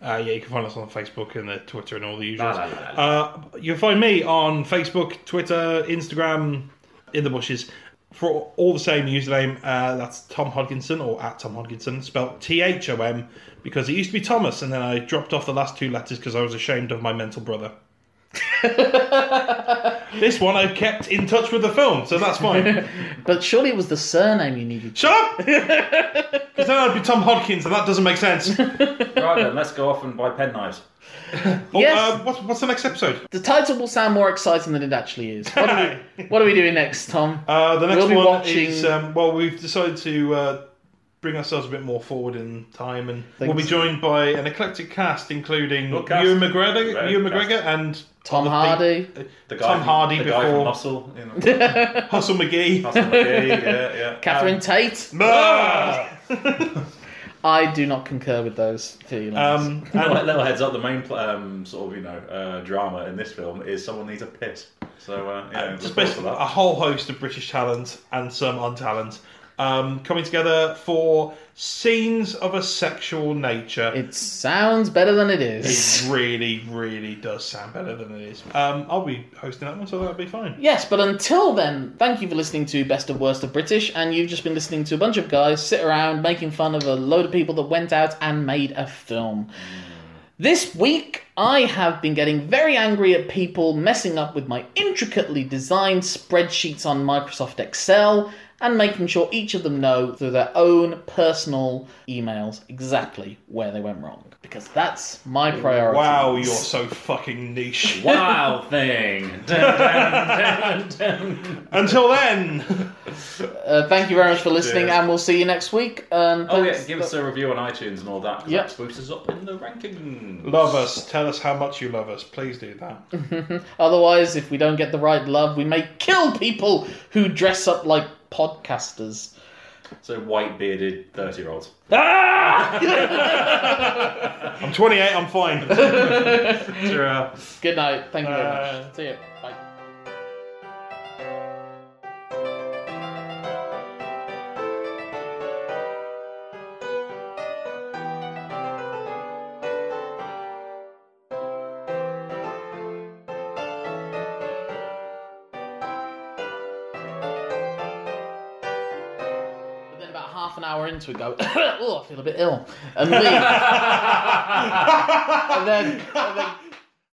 S3: Uh, yeah, you can find us on Facebook and the Twitter and all the
S2: La,
S3: usuals.
S2: la, la, la.
S3: Uh, you can find me on Facebook, Twitter, Instagram, in the bushes. For all the same username, uh, that's Tom Hodgkinson or at Tom Hodgkinson, spelled T H O M, because it used to be Thomas, and then I dropped off the last two letters because I was ashamed of my mental brother. this one I've kept in touch with the film, so that's fine.
S1: But surely it was the surname you needed.
S3: Shut up! Because then I'd be Tom Hodkins, and that doesn't make sense.
S2: right then, let's go off and buy pen knives.
S3: Oh,
S1: Yes.
S3: uh, what's, what's the next episode?
S1: The title will sound more exciting than it actually is. What are we, what are we doing next, Tom?
S3: Uh, the next
S1: We'll be
S3: one
S1: watching-
S3: is um, well, we've decided to uh, bring ourselves a bit more forward in time, and we'll be
S1: Thanks.
S3: joined by an eclectic cast, including
S2: Good cast.
S3: Ewan McGregor,
S2: Great
S3: Ewan
S2: cast.
S3: McGregor, and
S1: Tom
S3: other
S1: Hardy.
S3: pe- uh,
S2: The guy
S3: Tom
S2: from,
S3: Hardy
S2: the guy from
S3: before
S2: Muscle. You know,
S3: Hustle McGee.
S2: Muscle, yeah, yeah, yeah.
S1: Catherine
S3: Um,
S1: Tate.
S3: Ah!
S1: I do not concur with those feelings.
S3: um,
S2: And like
S3: and
S2: little heads up, the main pl- um, sort of you know uh, drama in this film is someone needs a piss. So uh, yeah, look
S3: just
S2: forward to
S3: basically a whole host of British talent and some untalent um, coming together for scenes of a sexual nature.
S1: it sounds better than it
S3: It
S1: is.
S3: really, really does sound better than it is. Um, I'll be hosting that one, so that'll be fine.
S1: Yes, but until then, thank you for listening to Best of Worst of British, and you've just been listening to a bunch of guys sit around making fun of a load of people that went out and made a film. This week, I have been getting very angry at people messing up with my intricately designed spreadsheets on Microsoft Excel and making sure each of them know through their own personal emails exactly where they went wrong. Because that's my priority.
S3: Wow, you're so fucking niche.
S2: Wow thing. Dun, dun, dun, dun.
S3: Until then,
S1: Uh, thank you very much for listening,
S2: Cheers.
S1: and we'll see you next week. Um,
S2: oh yeah,
S1: thanks-
S2: give us a review on iTunes and all that. 'cause
S1: Yep.
S2: That boosts us up in the rankings.
S3: love us. Tell us how much you love us. Please do that.
S1: Otherwise, if we don't get the right love, we may kill people who dress up like podcasters.
S2: So white bearded thirty year olds.
S3: I'm 28. I'm fine.
S1: Good night. Thank you very
S3: Uh,
S1: much. See you. Bye. But then about half an hour into it, go, oh, I feel a bit ill, and leave. and then, and then